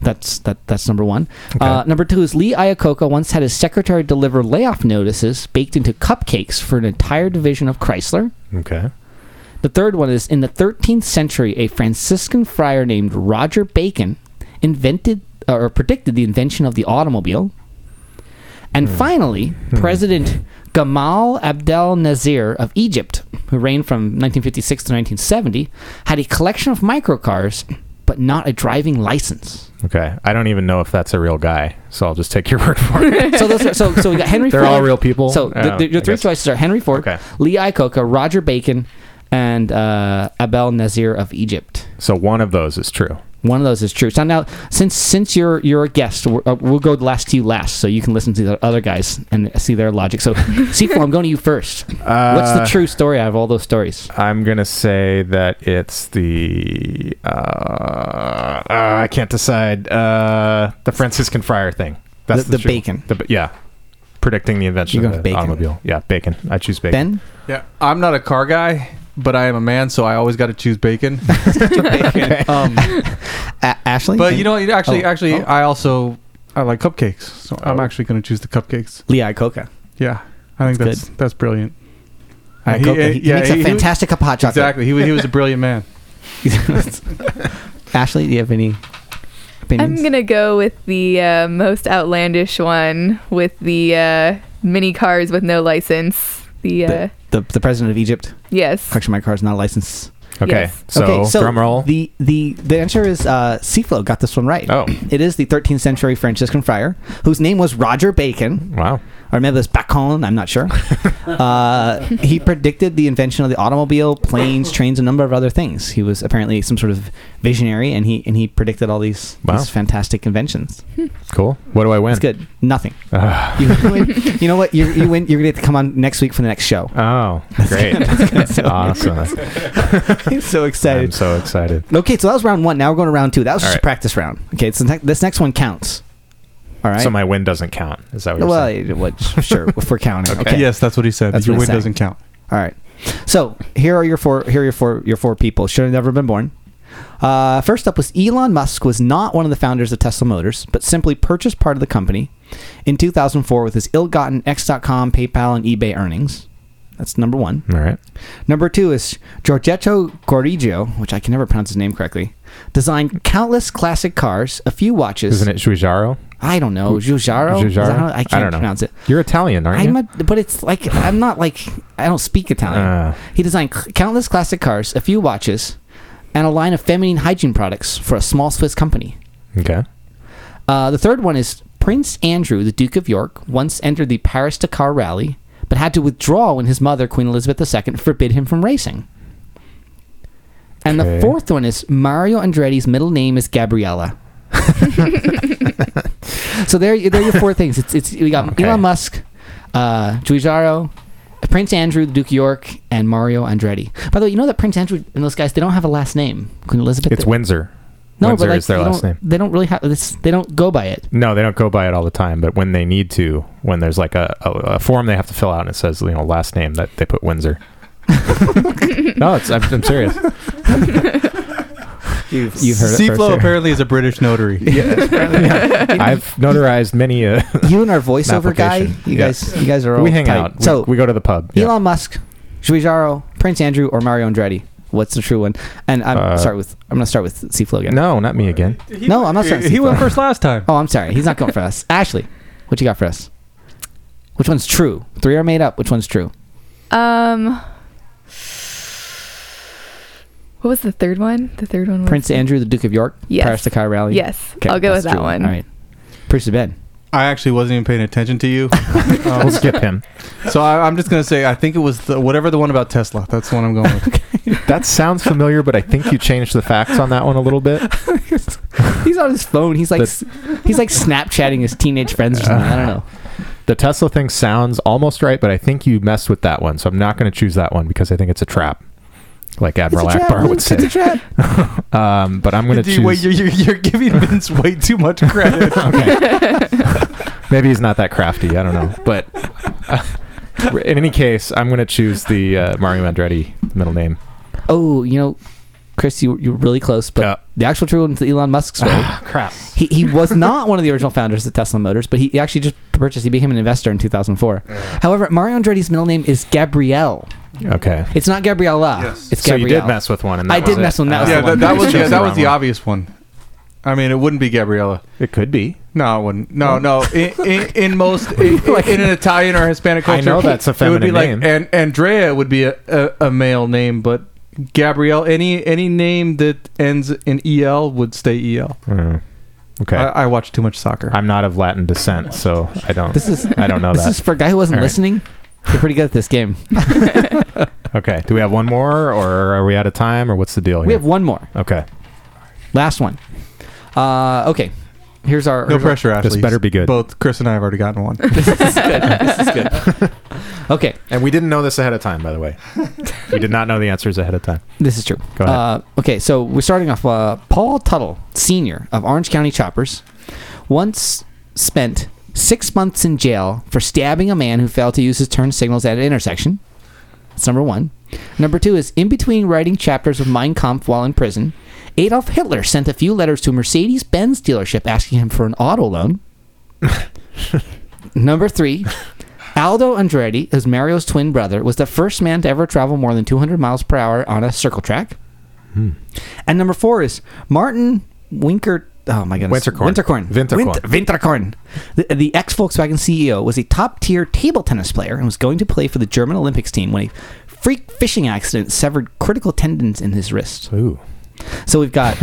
B: That's that. That's number one. Uh, number two is Lee Iacocca once had his secretary deliver layoff notices baked into cupcakes for an entire division of Chrysler.
C: Okay.
B: The third one is in the 13th century, a Franciscan friar named Roger Bacon invented uh, or predicted the invention of the automobile. And
C: Hmm.
B: finally, President Gamal Abdel Nasir of Egypt, who reigned from 1956 to 1970, had a collection of microcars, but not a driving license.
C: Okay. I don't even know if that's a real guy, so I'll just take your word for it.
B: So those are, so so we got Henry.
C: They're
B: Ford.
C: all real people?
B: So the,
C: Yeah,
B: the, your
C: I
B: three
C: guess.
B: choices are Henry Ford,
C: Okay.
B: Lee Iacocca, Roger Bacon, and uh, Abel Nazir of Egypt.
C: so one of those is true.
B: One of those is true. So now, since since you're you're a guest, we're, uh, we'll go last to you last, so you can listen to the other guys and see their logic. So, Sequel, I'm going to you first. What's the
C: Uh,
B: true story out of all those stories?
C: I'm gonna say that it's the uh, uh, I can't decide uh, the Franciscan Friar thing. That's
B: The-
C: the,
B: the
C: true-
B: bacon.
C: The ba- yeah, predicting the invention
B: You're
C: of
B: going
C: the
B: bacon.
C: automobile. Yeah, bacon. I choose bacon.
B: Ben,
F: Yeah, I'm not a car guy, but I am a man, so I always got to choose bacon. um,
B: a- Ashley,
F: but you know, you actually,
B: Oh,
F: actually,
B: oh.
F: I also I like cupcakes, so I'm
C: Oh.
F: actually going to choose the cupcakes.
B: Lee Iacocca.
F: Yeah, I think
B: That's
F: that's that's, brilliant. Uh,
B: Iacocca, he, he
F: yeah,
B: makes a
F: he- he-
B: fantastic cup of hot chocolate.
F: Exactly, he was, he was a brilliant man.
B: Exactly. Ashley, do you have any opinions?
D: I'm gonna go with the uh, most outlandish one with the uh, mini cars with no license. The uh,
B: the, the the president of Egypt.
D: yes,
B: Correction, my car is not a license.
C: Okay.
D: Yes.
C: So, drum roll.
B: The the the answer is uh, Seaflow got this one right.
C: oh
B: It is the 13th century Franciscan friar whose name was Roger Bacon,
C: wow.
B: or maybe it's Bacon, I'm not sure. uh, he predicted the invention of the automobile, planes, trains, a number of other things. He was apparently some sort of visionary, and he and he predicted all these,
C: Wow.
B: these fantastic inventions.
C: Cool. What do I win?
B: It's good. Nothing.
C: Ah.
B: You, you know what? You, you win. You're gonna have to come on next week for the next show.
C: oh, great. awesome.
B: I'm so
C: I'm
B: excited.
C: so excited.
B: Okay, so that was round one. Now we're going to round two. That was
C: All
B: just a
C: right.
B: practice round. Okay, so ne- this next one counts. All right.
C: So my win doesn't count. Is that what Oh, you're
B: well,
C: saying?
B: it- what, sure, if we're counting. Okay.
F: Yes, that's what he said.
B: That's
F: Your
B: what
F: win
B: he's saying.
F: doesn't count.
B: All right. So here are your four. Here are your four. Your four people should have never been born. Uh, first up was Elon Musk was not one of the founders of Tesla Motors, but simply purchased part of the company in 2004 with his ill-gotten X.com, PayPal, and eBay earnings. That's number one.
C: All right.
B: Number two is Giorgetto Gorigio, which I can never pronounce his name correctly, designed countless classic cars, a few watches.
C: Isn't it Giugiaro?
B: I don't know. Giugiaro? Is that
C: Giugiaro?
B: how- I can't
C: don't know.
B: pronounce it.
C: You're Italian, aren't
B: I'm
C: you?
B: a, but it's like I'm not like I don't speak Italian.
C: Ah.
B: He designed cl- countless classic cars, a few watches, and a line of feminine hygiene products for a small Swiss company.
C: okay.
B: Uh, the third one is Prince Andrew, the Duke of York, once entered the Paris Dakar Rally, but had to withdraw when his mother, Queen Elizabeth II, forbid him from racing. And the
C: Okay.
B: fourth one is Mario Andretti's middle name is Gabriella. so there, there are your four things. It's, it's we got
C: Okay.
B: Elon Musk, uh, Giugiaro, Prince Andrew, the Duke of York, and Mario Andretti. By the way, you know that Prince Andrew and those guys they don't have a last name. Queen Elizabeth.
C: It's Windsor.
B: no,
C: Windsor
B: but like,
C: is their
B: they
C: last
B: don't-
C: name.
B: They don't really have. This, they don't go by it.
C: No, they don't go by it all the time, but when they need to, when there's like a, a, a form they have to fill out and it says, you know, last name, that they put Windsor. no, it's, I'm, I'm serious.
B: You've, you've heard it
F: Seaflow
B: first. here.
F: apparently is a British notary.
C: I've notarized many. Uh,
B: You and our voiceover guy, you
C: Application. Yeah.
B: guys, you guys are all
C: we hang
B: tight.
C: out.
B: So
C: we, we go to the pub. Yeah.
B: Elon Musk, Giugiaro, Prince Andrew, or Mario Andretti. What's the true one? And I'm
C: Uh,
B: start with I'm gonna start with Seaflow again.
C: No, not me again.
B: No, I'm not starting
F: He went
B: Seaflow.
F: first last time.
B: Oh, I'm sorry. He's not going for us. Ashley, what you got for us? Which one's true? Three are made up. Which one's true?
D: Um, what was the third one? The third one was
B: Prince Andrew, the Duke of York.
D: Mm. Yes.
B: Paris to Kai rally.
D: Yes,
B: Okay,
D: I'll go with
B: that's
D: that
B: true.
D: one.
B: All right. Prince of Ben.
F: I actually wasn't even paying attention to you. Um,
C: We'll skip him.
F: So I, I'm just gonna say I think it was the, whatever the one about Tesla. That's the one I'm going with.
C: That sounds familiar, but I think you changed the facts on that one a little bit.
B: He's on his phone. He's like
C: The-
B: s- he's like Snapchatting his teenage friends or something. I don't know.
C: The Tesla thing sounds almost right, but I think you messed with that one, so I'm not going to choose that one because I think it's a trap, like Admiral Akbar would say. Um, but I'm going to
F: Dude, wait,
C: choose.
F: you're, you're, you're giving Vince way too much credit.
C: Okay. Maybe he's not that crafty. I don't know, but uh, in any case, I'm going to choose the uh, Mario Andretti middle name.
B: Oh, you know, Chris, you you're really close, but
C: Yeah.
B: the actual true one's the Elon Musk story.
C: Crap.
B: he, he was not one of the original founders of Tesla Motors, but he he actually just purchased. He became an investor in 2004. However, Mario Andretti's middle name is Gabrielle.
C: Okay.
B: It's not Gabriella.
F: Yes.
B: It's
C: So you
B: Gabrielle.
C: did mess with one. And that
B: I
C: was
B: did
C: it.
B: mess with that. was
F: yeah,
B: the one.
F: that, that was
C: Just
F: yeah,
C: chose
F: that
C: wrong
F: was the
C: one.
F: obvious one. I mean, it wouldn't be Gabriella.
C: It could be.
F: No, it wouldn't. No, no. In, in, in most, in,
B: Like-
F: in an Italian or Hispanic
C: I
F: culture,
C: know that's a
F: It
C: feminine
F: would be
C: name.
F: like and Andrea would be a, a, a male name, but Gabrielle, any any name that ends in el would stay el.
C: Mm. Okay.
B: Uh,
F: I, I watch too much soccer.
C: I'm not of Latin descent, so I don't.
B: This is
C: I don't know
B: this
C: that.
B: is for a guy who wasn't
C: All right.
B: listening. You're pretty good at this game.
C: okay. Do we have one more, or are we out of time, or what's the deal?
B: We
C: here?
B: have one more.
C: Okay.
B: Last one. Uh, okay. Here's our.
F: no
B: here's our-
F: pressure, Ashley.
C: This better be good.
F: Both Chris and I have already gotten one.
B: this is good. This is good. okay.
C: And we didn't know this ahead of time, by the way. we did not know the answers ahead of time.
B: This is true.
C: Go ahead.
B: Uh, okay, so we're starting off. Uh, Paul Tuttle, senior of Orange County Choppers, once spent six months in jail for stabbing a man who failed to use his turn signals at an intersection. That's number one. Number two is in between writing chapters of Mein Kampf while in prison, Adolf Hitler sent a few letters to a Mercedes Benz dealership asking him for an auto loan. number three. Aldo Andretti, who's Mario's twin brother, was the first man to ever travel more than 200 miles per hour on a circle track.
C: Hmm.
B: And number four is Martin Winker. Oh my goodness.
C: Winterkorn.
B: Winterkorn.
C: Winterkorn.
B: Win- Winterkorn. The, the ex Volkswagen CEO was a top tier table tennis player and was going to play for the German Olympics team when a freak fishing accident severed critical tendons in his wrist.
C: Ooh.
B: So we've got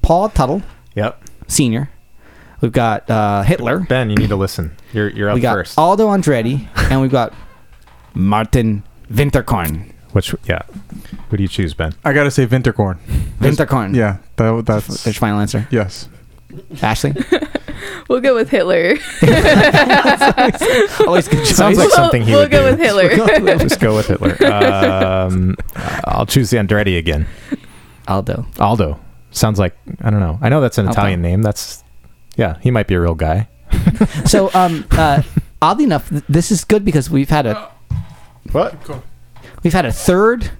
B: Paul Tuttle,
C: Yep.
B: Senior. We've got uh, Hitler.
C: Ben, you need to listen. You're you're up
B: We got
C: first.
B: Aldo Andretti, and we've got Martin Winterkorn.
C: Which yeah. Who do you choose, Ben?
F: I gotta say Vinterkorn.
B: Winterkorn.
F: Yeah, that, that's
B: There's your final answer.
F: yes.
B: Ashley.
D: We'll go with Hitler.
B: Always good choice.
C: Sounds like
D: We'll-
C: something he
D: we'll
C: would
D: go
C: do.
D: with Hitler.
C: Just go with Hitler. Um, I'll choose the Andretti again.
B: Aldo.
C: Aldo. Sounds like I don't know. I know that's an
B: Aldo.
C: Italian name. That's yeah. He might be a real guy.
B: So, um, uh, oddly enough, th- this is good because we've had a
C: What?
B: we've had a third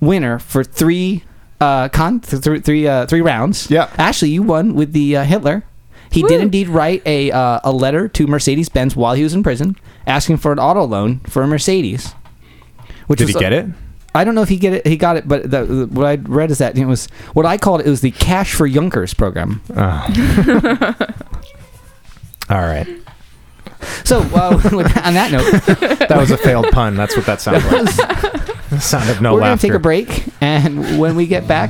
B: winner for three uh, con th- th- three uh, three rounds.
C: Yeah.
B: Ashley, you won with the uh, Hitler. He did indeed write a uh, a letter to Mercedes Benz while he was in prison, asking for an auto loan for a Mercedes. Which
C: Did
B: was
C: he
B: a-
C: get it?
B: I don't know if he get it. He got it, but the, the, what I read is that it was what I called it, it was the cash for Junkers program.
C: Oh. All right.
B: So uh, with- on that note,
C: That was a failed pun. That's what that sounded like. The sound of no
B: we're
C: laughter.
B: gonna take a break, and when we get back,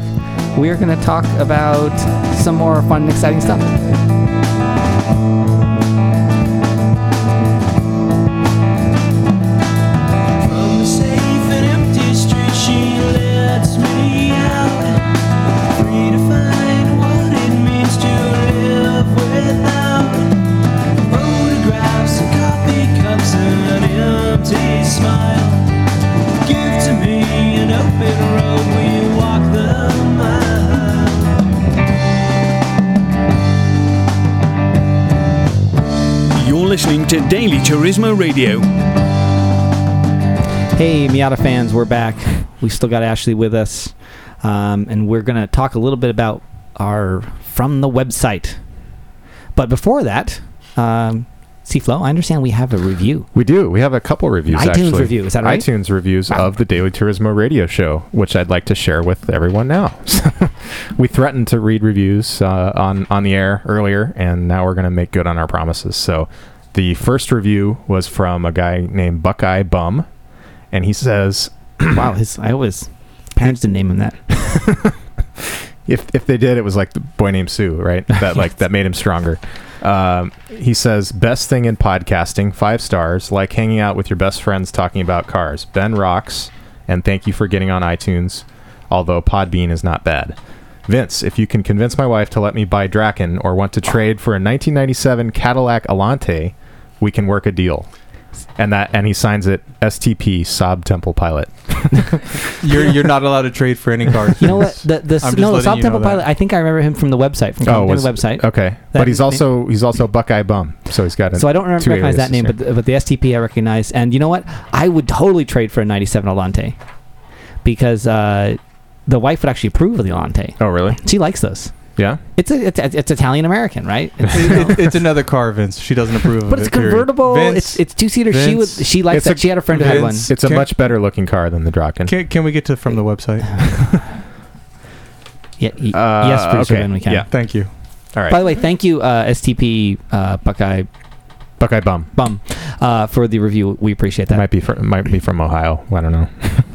B: we are gonna talk about some more fun and exciting stuff.
G: From the safe and empty street, she lets me out. Free to find what it means to live without. Photographs and coffee cups and an empty smile. Give to me an open road, we walk the mile.
A: You're listening to Daily Turismo Radio.
B: Hey, Miata fans, we're back. We still got Ashley with us, um, and we're going to talk a little bit about our from the website. But before that, um, Seaflow, I understand we have a review.
C: We do. We have a couple reviews.
B: iTunes
C: actually.
B: review, is that right?
C: iTunes reviews
B: Wow.
C: of the Daily Turismo radio show, which I'd like to share with everyone now. So, we threatened to read reviews uh, on on the air earlier, and now we're going to make good on our promises. So, the first review was from a guy named Buckeye Bum, and he says,
B: wow, his, I always parents didn't name him that.
C: if if they did, it was like the boy named Sue, right? That like that made him stronger. Um, he says best thing in podcasting, five stars. Like hanging out with your best friends talking about cars. Ben rocks, and thank you for getting on iTunes. Although Podbean is not bad. Vince, if you can convince my wife to let me buy Draken or want to trade for a 1997 Cadillac Elante, we can work a deal. And that and he signs it STP Saab Temple Pilot.
F: You're you're not allowed to trade for any cars.
B: You know what? The the
F: I'm just
B: no, the
F: letting
B: South
F: you know
B: Temple
F: that. Oh,
B: Pilot. I think I remember him from the website from the
C: was-
B: website.
C: Okay,
B: That
C: but he's
B: is-
C: also he's also Buckeye Bum, so he's got. a-
B: So I don't rem-
C: two
B: recognize that
C: aliases
B: name,
C: here.
B: but the, but the STP I recognize. And you know what? I would totally trade for a '97 Elante because uh, the wife would actually approve of the Elante.
C: Oh, really?
B: She likes those.
C: Yeah.
B: It's a, it's, it's Italian American, right? It's, you know.
F: It- it- it's another car, Vince. She doesn't approve of it.
B: but it's a
F: period.
B: convertible.
F: Vince,
B: it's it's two seater. She would
F: Vince,
B: she likes
C: it's
B: that.
C: a-
B: she had a friend who had one.
F: Vince,
C: It's a
F: Can-
C: much better looking car than the Draken.
F: can, can we get to from the website?
B: Yeah, y-
C: Uh,
B: yes, producer
C: okay,
B: Ben, we can.
C: yeah.
F: Thank you.
C: All right,
B: By the way, thank you, uh, STP uh, Buckeye
C: Buckeye Bum
B: Bum, uh, for the review. We appreciate that.
C: might be from might be from Ohio. I don't know.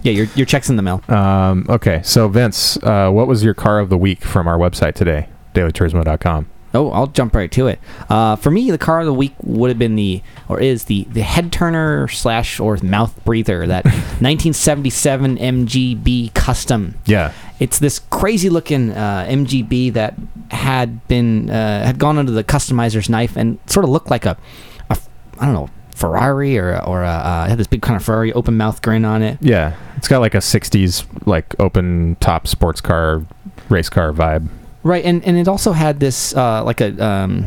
B: Yeah, your your check's in the mail.
C: Um, okay, so Vince, uh, what was your car of the week from our website today? DailyTurismo.com.
B: Oh, I'll jump right to it. Uh, for me, the car of the week would have been the, or is the, the head turner slash or mouth breather, that 1977 MGB Custom.
C: Yeah,
B: It's this crazy looking uh, MGB that had been, uh, had gone under the customizer's knife and sort of looked like a, a I don't know, Ferrari or, or a, uh, it had this big kind of Ferrari open mouth grin on it.
C: yeah. It's got like a '60s like open top sports car, race car vibe.
B: Right, and and it also had this uh, like a um,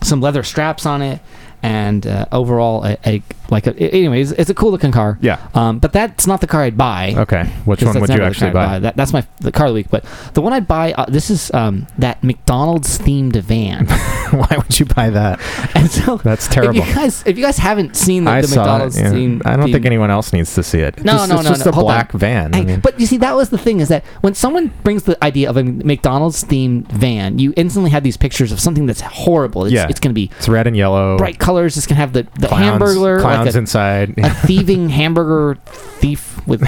B: some leather straps on it, and uh, overall a, a like a, anyways, it's a cool looking car.
C: Yeah.
B: Um, but that's not the car I'd buy.
C: Okay, which
B: 'cause
C: one
B: that's
C: would
B: never
C: you
B: the
C: actually
B: car I'd
C: buy?
B: That, that's my the car of the week. But the one I'd buy uh, this is um, that McDonald's themed van,
C: Why would you buy that?
B: and so
C: That's
B: if
C: terrible.
B: you guys if you guys haven't seen the,
C: I
B: the
C: saw it.
B: McDonald's
C: yeah.
B: themed,
C: I don't think
B: themed-
C: anyone else needs to see it.
B: No,
C: Just-
B: no,
C: it's
B: no,
C: Just
B: no.
C: a
B: Hold on.
C: black van. I
B: Hey,
C: mean-
B: but you see, that was the thing is that when someone brings the idea of a McDonald's themed van, you instantly have these pictures of something that's horrible. It's,
C: Yeah.
B: it's going to be
C: It's red and yellow.
B: bright colors. It's gonna have the the
C: Oh. Clowns,
B: hamburger,
C: Clowns
B: like a,
C: inside.
B: a thieving hamburger thief with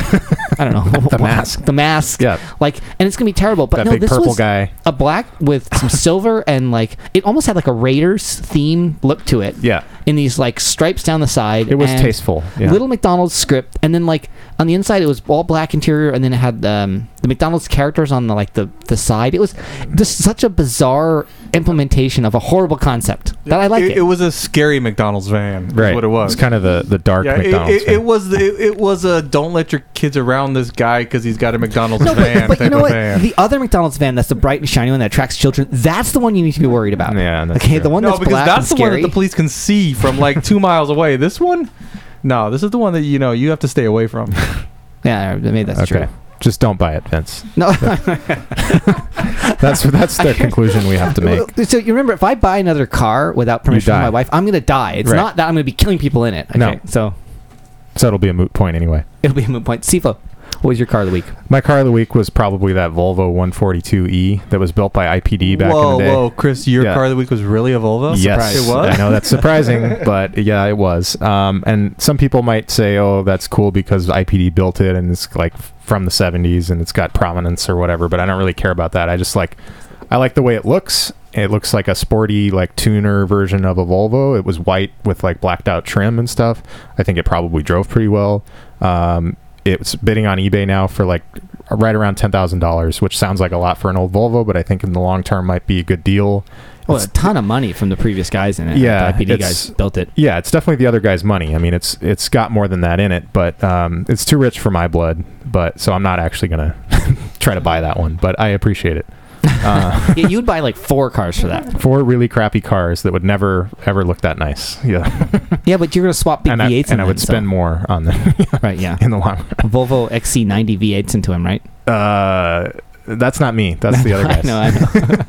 B: I don't know
C: The mask.
B: the mask.
C: yeah.
B: Like, and it's gonna be terrible. But
C: that
B: no,
C: big
B: this
C: purple
B: was
C: guy.
B: a black with some silver and like it almost had like a Raiders theme look to it.
C: Yeah.
B: In these like stripes down the side.
C: It was
B: and
C: tasteful. Yeah.
B: Little McDonald's script, and then like on the inside it was all black interior, and then it had um, the McDonald's characters on the like the the side. It was just such a bizarre implementation of a horrible concept that I like it.
F: It, was a scary McDonald's van. Right.
C: right.
F: Is what it was.
C: It's kind of the, the dark
F: yeah, it-
C: McDonald's.
F: it, it, was the- it, it was a don't let your kids around this guy because he's got a McDonald's
B: No, but,
F: van
B: but
F: type
B: you know
F: of
B: what?
F: van.
B: The other McDonald's van that's the bright and shiny one that attracts children, that's the one you need to be worried about.
C: Yeah, that's
B: okay,
C: true.
B: the one
F: no,
B: that's
F: because
B: black
F: that's the
B: and
F: one
B: scary.
F: that the police can see from like two miles away. This one, no, this is the one that you know you have to stay away from.
B: yeah, maybe that's
C: okay.
B: true.
C: Just don't buy it, Vince.
B: No,
C: That's that's the conclusion we have to make.
B: so you remember, if I buy another car without permission from
C: die.
B: my wife, I'm gonna die. It's
C: Right.
B: not that I'm gonna be killing people in it. Okay,
C: No.
B: so
C: So it'll be a moot point anyway.
B: it'll be a moot point. Sifo, what was your car of the week?
C: My car of the week was probably that Volvo 142e that was built by IPD back
F: whoa,
C: in the day.
F: whoa, Chris, your
C: Yeah.
F: car of the week was really a Volvo.
C: Yes,
F: it was.
C: I know that's surprising, but yeah, it was. Um, and some people might say, "Oh, that's cool because IPD built it and it's like from the '70s and it's got prominence or whatever." But I don't really care about that. I just like, I like the way it looks. It looks like a sporty, like tuner version of a Volvo. It was white with like blacked out trim and stuff. I think it probably drove pretty well. Um, it's bidding on eBay now for like right around ten thousand dollars, which sounds like a lot for an old Volvo, but I think in the long term might be a good deal.
B: Well,
C: It's-
B: a ton of money from the previous guys in it.
C: Yeah,
B: the IPD
C: it's-
B: guys built it.
C: yeah, it's definitely the other guy's money. I mean, it's it's got more than that in it, but um, it's too rich for my blood. But so I'm not actually gonna try to buy that one. But I appreciate it. Uh,
B: yeah, you'd buy like four cars for that.
C: four really crappy cars that would never ever look that nice. Yeah,
B: Yeah, but you're gonna swap big
C: and I,
B: V8s in
C: and I would
B: them, so-
C: spend more on them
B: right. Yeah,
C: in the long. Run.
B: Volvo XC90 V8s into him, right?
C: Uh, that's not me. That's the other guy.
B: I know, I know.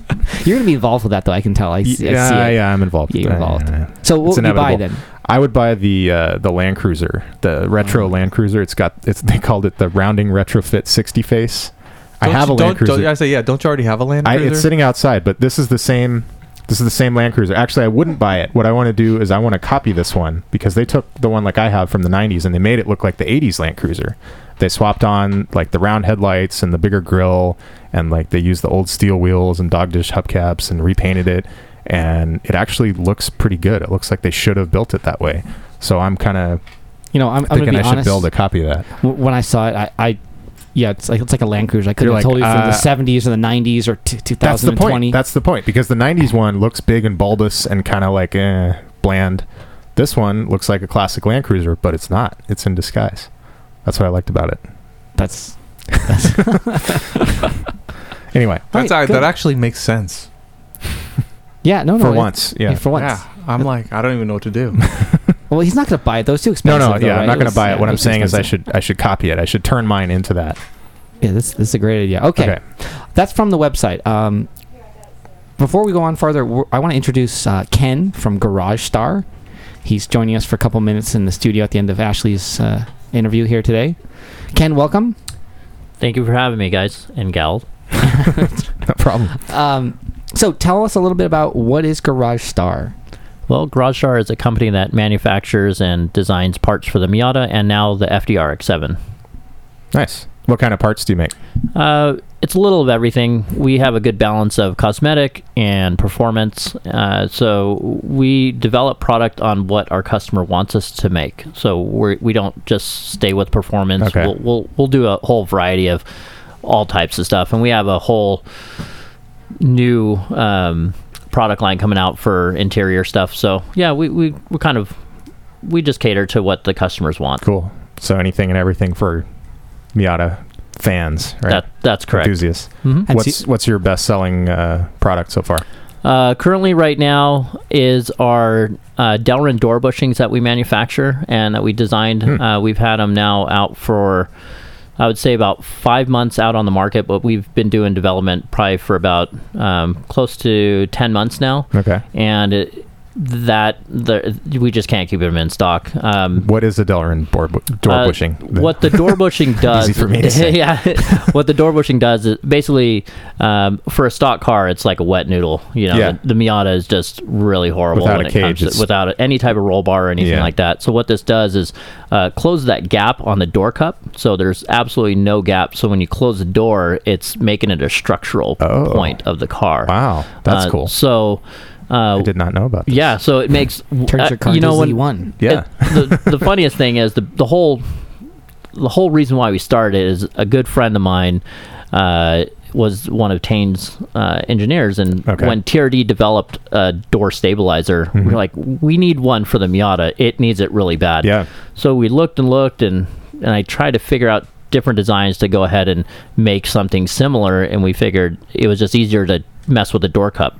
B: You're gonna be involved with that though. I can tell. I,
C: Y-
B: see, I
C: yeah,
B: see it.
C: yeah, I'm involved.
B: Yeah, you're
C: Yeah,
B: involved.
C: yeah, yeah.
B: So what
C: It's
B: would you buy then?
C: inevitable. I would buy the uh, the Land Cruiser, the
B: Oh.
C: retro Land Cruiser. It's got it's they called it the rounding retrofit 60 face. I
F: Don't
C: have a Land
F: you- don't- don't-
C: Cruiser.
F: I say, yeah. Don't you already have a Land
C: I,
F: Cruiser?
C: it's sitting outside, but this is the same. This is the same Land Cruiser. Actually, I wouldn't buy it. What I want to do is I want to copy this one because they took the one like I have from the '90s and they made it look like the '80s Land Cruiser. They swapped on like the round headlights and the bigger grill, and like they used the old steel wheels and dog dish hubcaps and repainted it. And it actually looks pretty good. It looks like they should have built it that way. So I'm kind of
B: You know, I'm, I'm gonna
C: thinking
B: be
C: I should
B: honest.
C: build a copy of that.
B: W- When I saw it, I, I yeah, it's like it's like a Land Cruiser. I could
C: You're
B: have
C: like,
B: told you from
C: uh,
B: the 70s or the 90s or t-
C: That's the
B: 2020.
C: point. That's the point because the '90s one looks big and bulbous and kind of like eh, bland. This one looks like a classic Land Cruiser, but it's not. It's in disguise. That's what I liked about it.
B: that's
C: Anyway,
F: That's
B: Right,
F: act-
B: good.
F: that actually makes sense.
B: yeah, no, no.
C: for
B: it-
C: once, yeah.
B: yeah, for once.
F: I'm like, I don't even know what to do.
B: Well, he's not gonna buy it. though. It's too
C: no,
B: expensive.
C: no,
B: though,
C: yeah.
B: right?
C: I'm not going
B: was-
C: to buy
B: yeah,
C: it. What I'm
B: was
C: saying is, I
B: expensive.
C: should I should copy it. I should turn mine into that.
B: Yeah, this this is a great idea. Okay,
C: Okay.
B: that's from the website. Um, before we go on farther, we're- I want to introduce uh, Ken from Garage Star. He's joining us for a couple minutes in the studio at the end of Ashley's uh, interview here today. Ken, welcome.
H: Thank you for having me, guys and gal.
C: No problem.
B: Um, so tell us a little bit about what is Garage Star.
H: Well, GarageStar is a company that manufactures and designs parts for the Miata and now the FDRX7.
C: Nice. What kind of parts do you make?
H: Uh, it's a little of everything. We have a good balance of cosmetic and performance. Uh, so we develop product on what our customer wants us to make. So we're, we don't just stay with performance.
C: Okay.
H: We'll, we'll, we'll do a whole variety of all types of stuff. And we have a whole new um, product line coming out for interior stuff. So yeah, we, we, we kind of, we just cater to what the customers want.
C: Cool. So anything and everything for Miata fans, right?
H: That, that's correct.
C: Enthusiasts.
H: Mhm.
B: And
C: what's
B: see-
C: what's your best selling uh, product so far?
H: Uh, currently, right now is our uh, Delrin door bushings that we manufacture and that we designed.
C: Hmm.
H: Uh, we've had them now out for, I would say, about five months out on the market, but we've been doing development probably for about um, close to ten months now,
C: Okay.
H: and it, that the, we just can't keep them in stock. Um,
C: What is a Delrin door, bu- door
H: uh,
C: bushing?
H: What the door bushing does.
C: for me to say.
H: yeah. what the door bushing does is basically um, for a stock car, it's like a wet noodle. You know,
C: Yeah.
H: the, the Miata is just really horrible
C: Without
H: when
C: a
H: it
C: cage,
H: comes to-
C: it's-
H: without any type of roll bar or anything
C: Yeah.
H: like that. So what this does is uh, close that gap on the door cup. So there's absolutely no gap. So when you close the door, it's making it a structural
C: Oh.
H: point of the car.
C: Wow, that's
H: Uh,
C: cool.
H: So. Uh,
C: I did not know about. This.
H: yeah, so it makes
B: Turns
H: uh,
B: your car
H: you know
B: to
H: when-
B: Z1.
C: Yeah.
H: it- the, the funniest thing is the the whole the whole reason why we started is a good friend of mine uh, was one of Tane's uh, engineers, and
C: Okay.
H: when TRD developed a door stabilizer, we
C: Mhm.
H: are like, we need one for the Miata. It needs it really bad.
C: Yeah.
H: So we looked and looked, and and I tried to figure out different designs to go ahead and make something similar, and we figured it was just easier to mess with a door cup.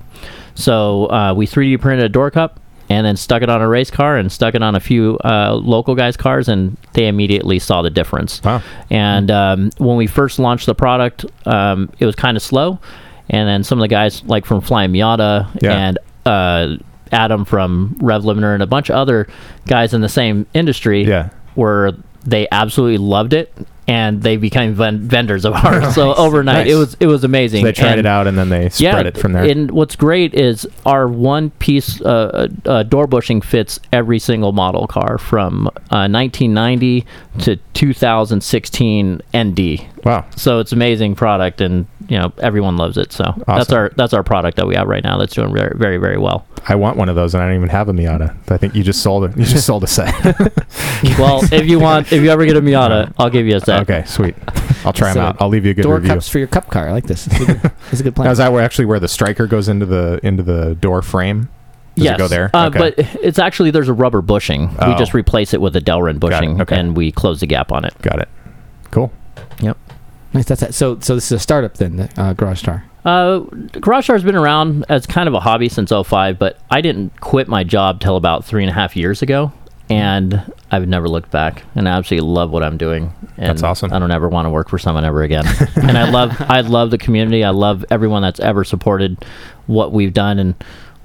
H: So uh, we 3D printed a door cup and then stuck it on a race car and stuck it on a few uh, local guys' cars, and they immediately saw the difference.
C: Wow.
H: And um, when we first launched the product, um, it was kind of slow. And then some of the guys, like from Flying Miata
C: Yeah.
H: and uh, Adam from Rev Limiter and a bunch of other guys in the same industry,
C: Yeah.
H: were they absolutely loved it and they became ven- vendors of ours. so overnight, it
C: Nice.
H: was it was amazing.
C: So they tried
H: And-
C: it out and then they spread it from there.
H: and what's great is our one piece uh, uh, door bushing fits every single model car from uh, 1990 to 2016 ND.
C: wow.
H: So it's amazing product, and you know everyone loves it. So that's
C: Awesome.
H: our that's our product that we have right now that's doing very very very well.
C: I want one of those and I don't even have a Miata. I think you just sold it. You just sold a set.
H: well, if you want, if you ever get a Miata, I'll give you a set.
C: okay, sweet. I'll try them
B: So,
C: out. I'll leave you a good
B: Door
C: review.
B: cups for your cup car. I like this. It's a good, it's a good
C: Now,
B: plan.
C: is that where actually where the striker goes into the into the door frame? Does
H: yes.
C: it go there?
H: Uh, But it's actually there's a rubber bushing. We
C: Oh.
H: just replace it with a Delrin
C: it.
H: bushing,
C: Okay.
H: and we close the gap on it.
C: got it. Cool.
B: Nice, that's it. So, so this is a startup then, uh, Garage Star.
H: Uh, Garage Star's been oh around as kind of a hobby since 05, but I didn't quit my job till about three and a half years ago. and I've never looked back. And I absolutely love what I'm doing. And
C: That's awesome.
H: I don't ever want to work for someone ever again. and I love I love the community. I love everyone that's ever supported what we've done, and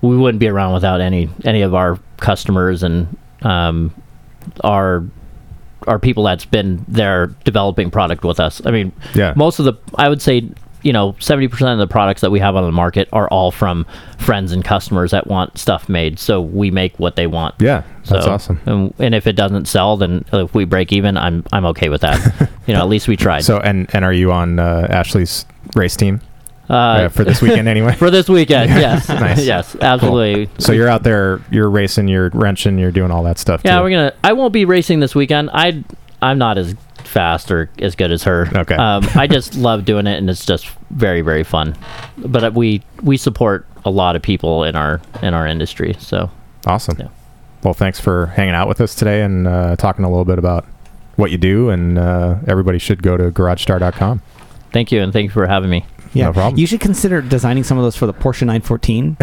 H: we wouldn't be around without any any of our customers and um, our our people that's been there developing product with us. I mean,
C: Yeah.
H: most of the I would say you know 70% of the products that we have on the market are all from friends and customers that want stuff made so we make what they want
C: Yeah, that's
H: so,
C: awesome.
H: And, and if it doesn't sell, then if we break even, I'm I'm okay with that. you know, at least we tried.
C: So and and are you on uh, Ashley's race team
H: uh,
C: uh, for this weekend anyway?
H: for this weekend, yes,
C: Nice.
H: yes, absolutely.
C: so you're out there, you're racing, you're wrenching, you're doing all that stuff.
H: Yeah,
C: too.
H: we're gonna. I won't be racing this weekend. I I'm not as fast or as good as her.
C: Okay.
H: Um, I just love doing it, and it's just very very fun. But uh, we we support a lot of people in our in our industry. So
C: Awesome.
H: Yeah.
C: Well, thanks for hanging out with us today and uh, talking a little bit about what you do. And uh, everybody should go to garagestar.com.
H: thank you, and thank you for having me.
B: Yeah,
C: No problem.
B: You should consider designing some of those for the Porsche 914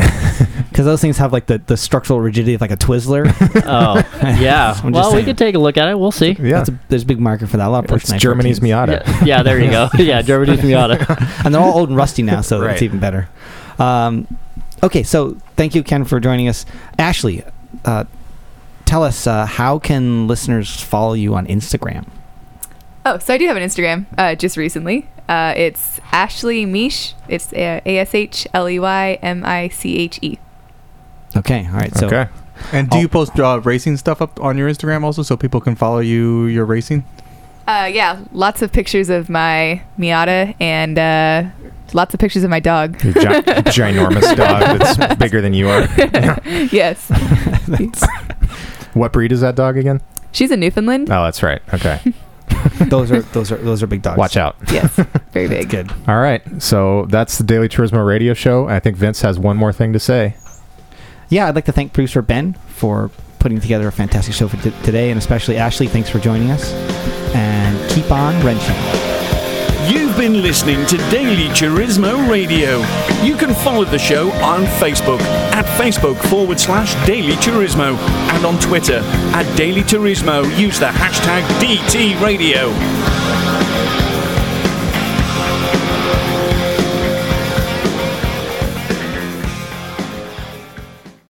B: because those things have like the, the structural rigidity of like a Twizzler.
H: Oh yeah.
B: I'm just
H: well, we
B: saying.
H: could take a look at it. We'll see.
C: yeah.
B: That's a, there's a big market for that. A lot of Porsche
C: It's Germany's
B: 914s.
C: Miata.
H: Yeah, yeah, there you go. Yeah, Germany's Miata.
B: and they're all old and rusty now, so
C: Right.
B: it's even better. Um, okay, so thank you, Ken, for joining us. Ashley, uh, tell us uh, how can listeners follow you on Instagram?
D: Oh, so I do have an Instagram uh, just recently. Uh, it's Ashley Mish. It's A S H L E Y M I C H E.
B: Okay, all right. So
C: okay.
F: And do
B: I'll-
F: you post uh, racing stuff up on your Instagram also, so people can follow you your racing?
D: Uh, yeah, lots of pictures of my Miata and uh, lots of pictures of my dog.
C: Your gi- ginormous dog that's bigger than you are.
D: yes,
C: What breed is that dog again?
D: she's a Newfoundland.
C: Oh, that's right. Okay.
B: those are those are those are big dogs.
C: Watch out.
D: Yes, very big.
B: Good.
C: All right. So that's the Daily Turismo radio show. I think Vince has one more thing to say.
B: Yeah, I'd like to thank producer Ben for putting together a fantastic show for t- today, and especially Ashley. Thanks for joining us, and keep on wrenching.
A: You've been listening to Daily Turismo Radio. You can follow the show on Facebook at Facebook forward slash Daily Turismo and on Twitter at Daily Turismo. Use the hashtag DT Radio.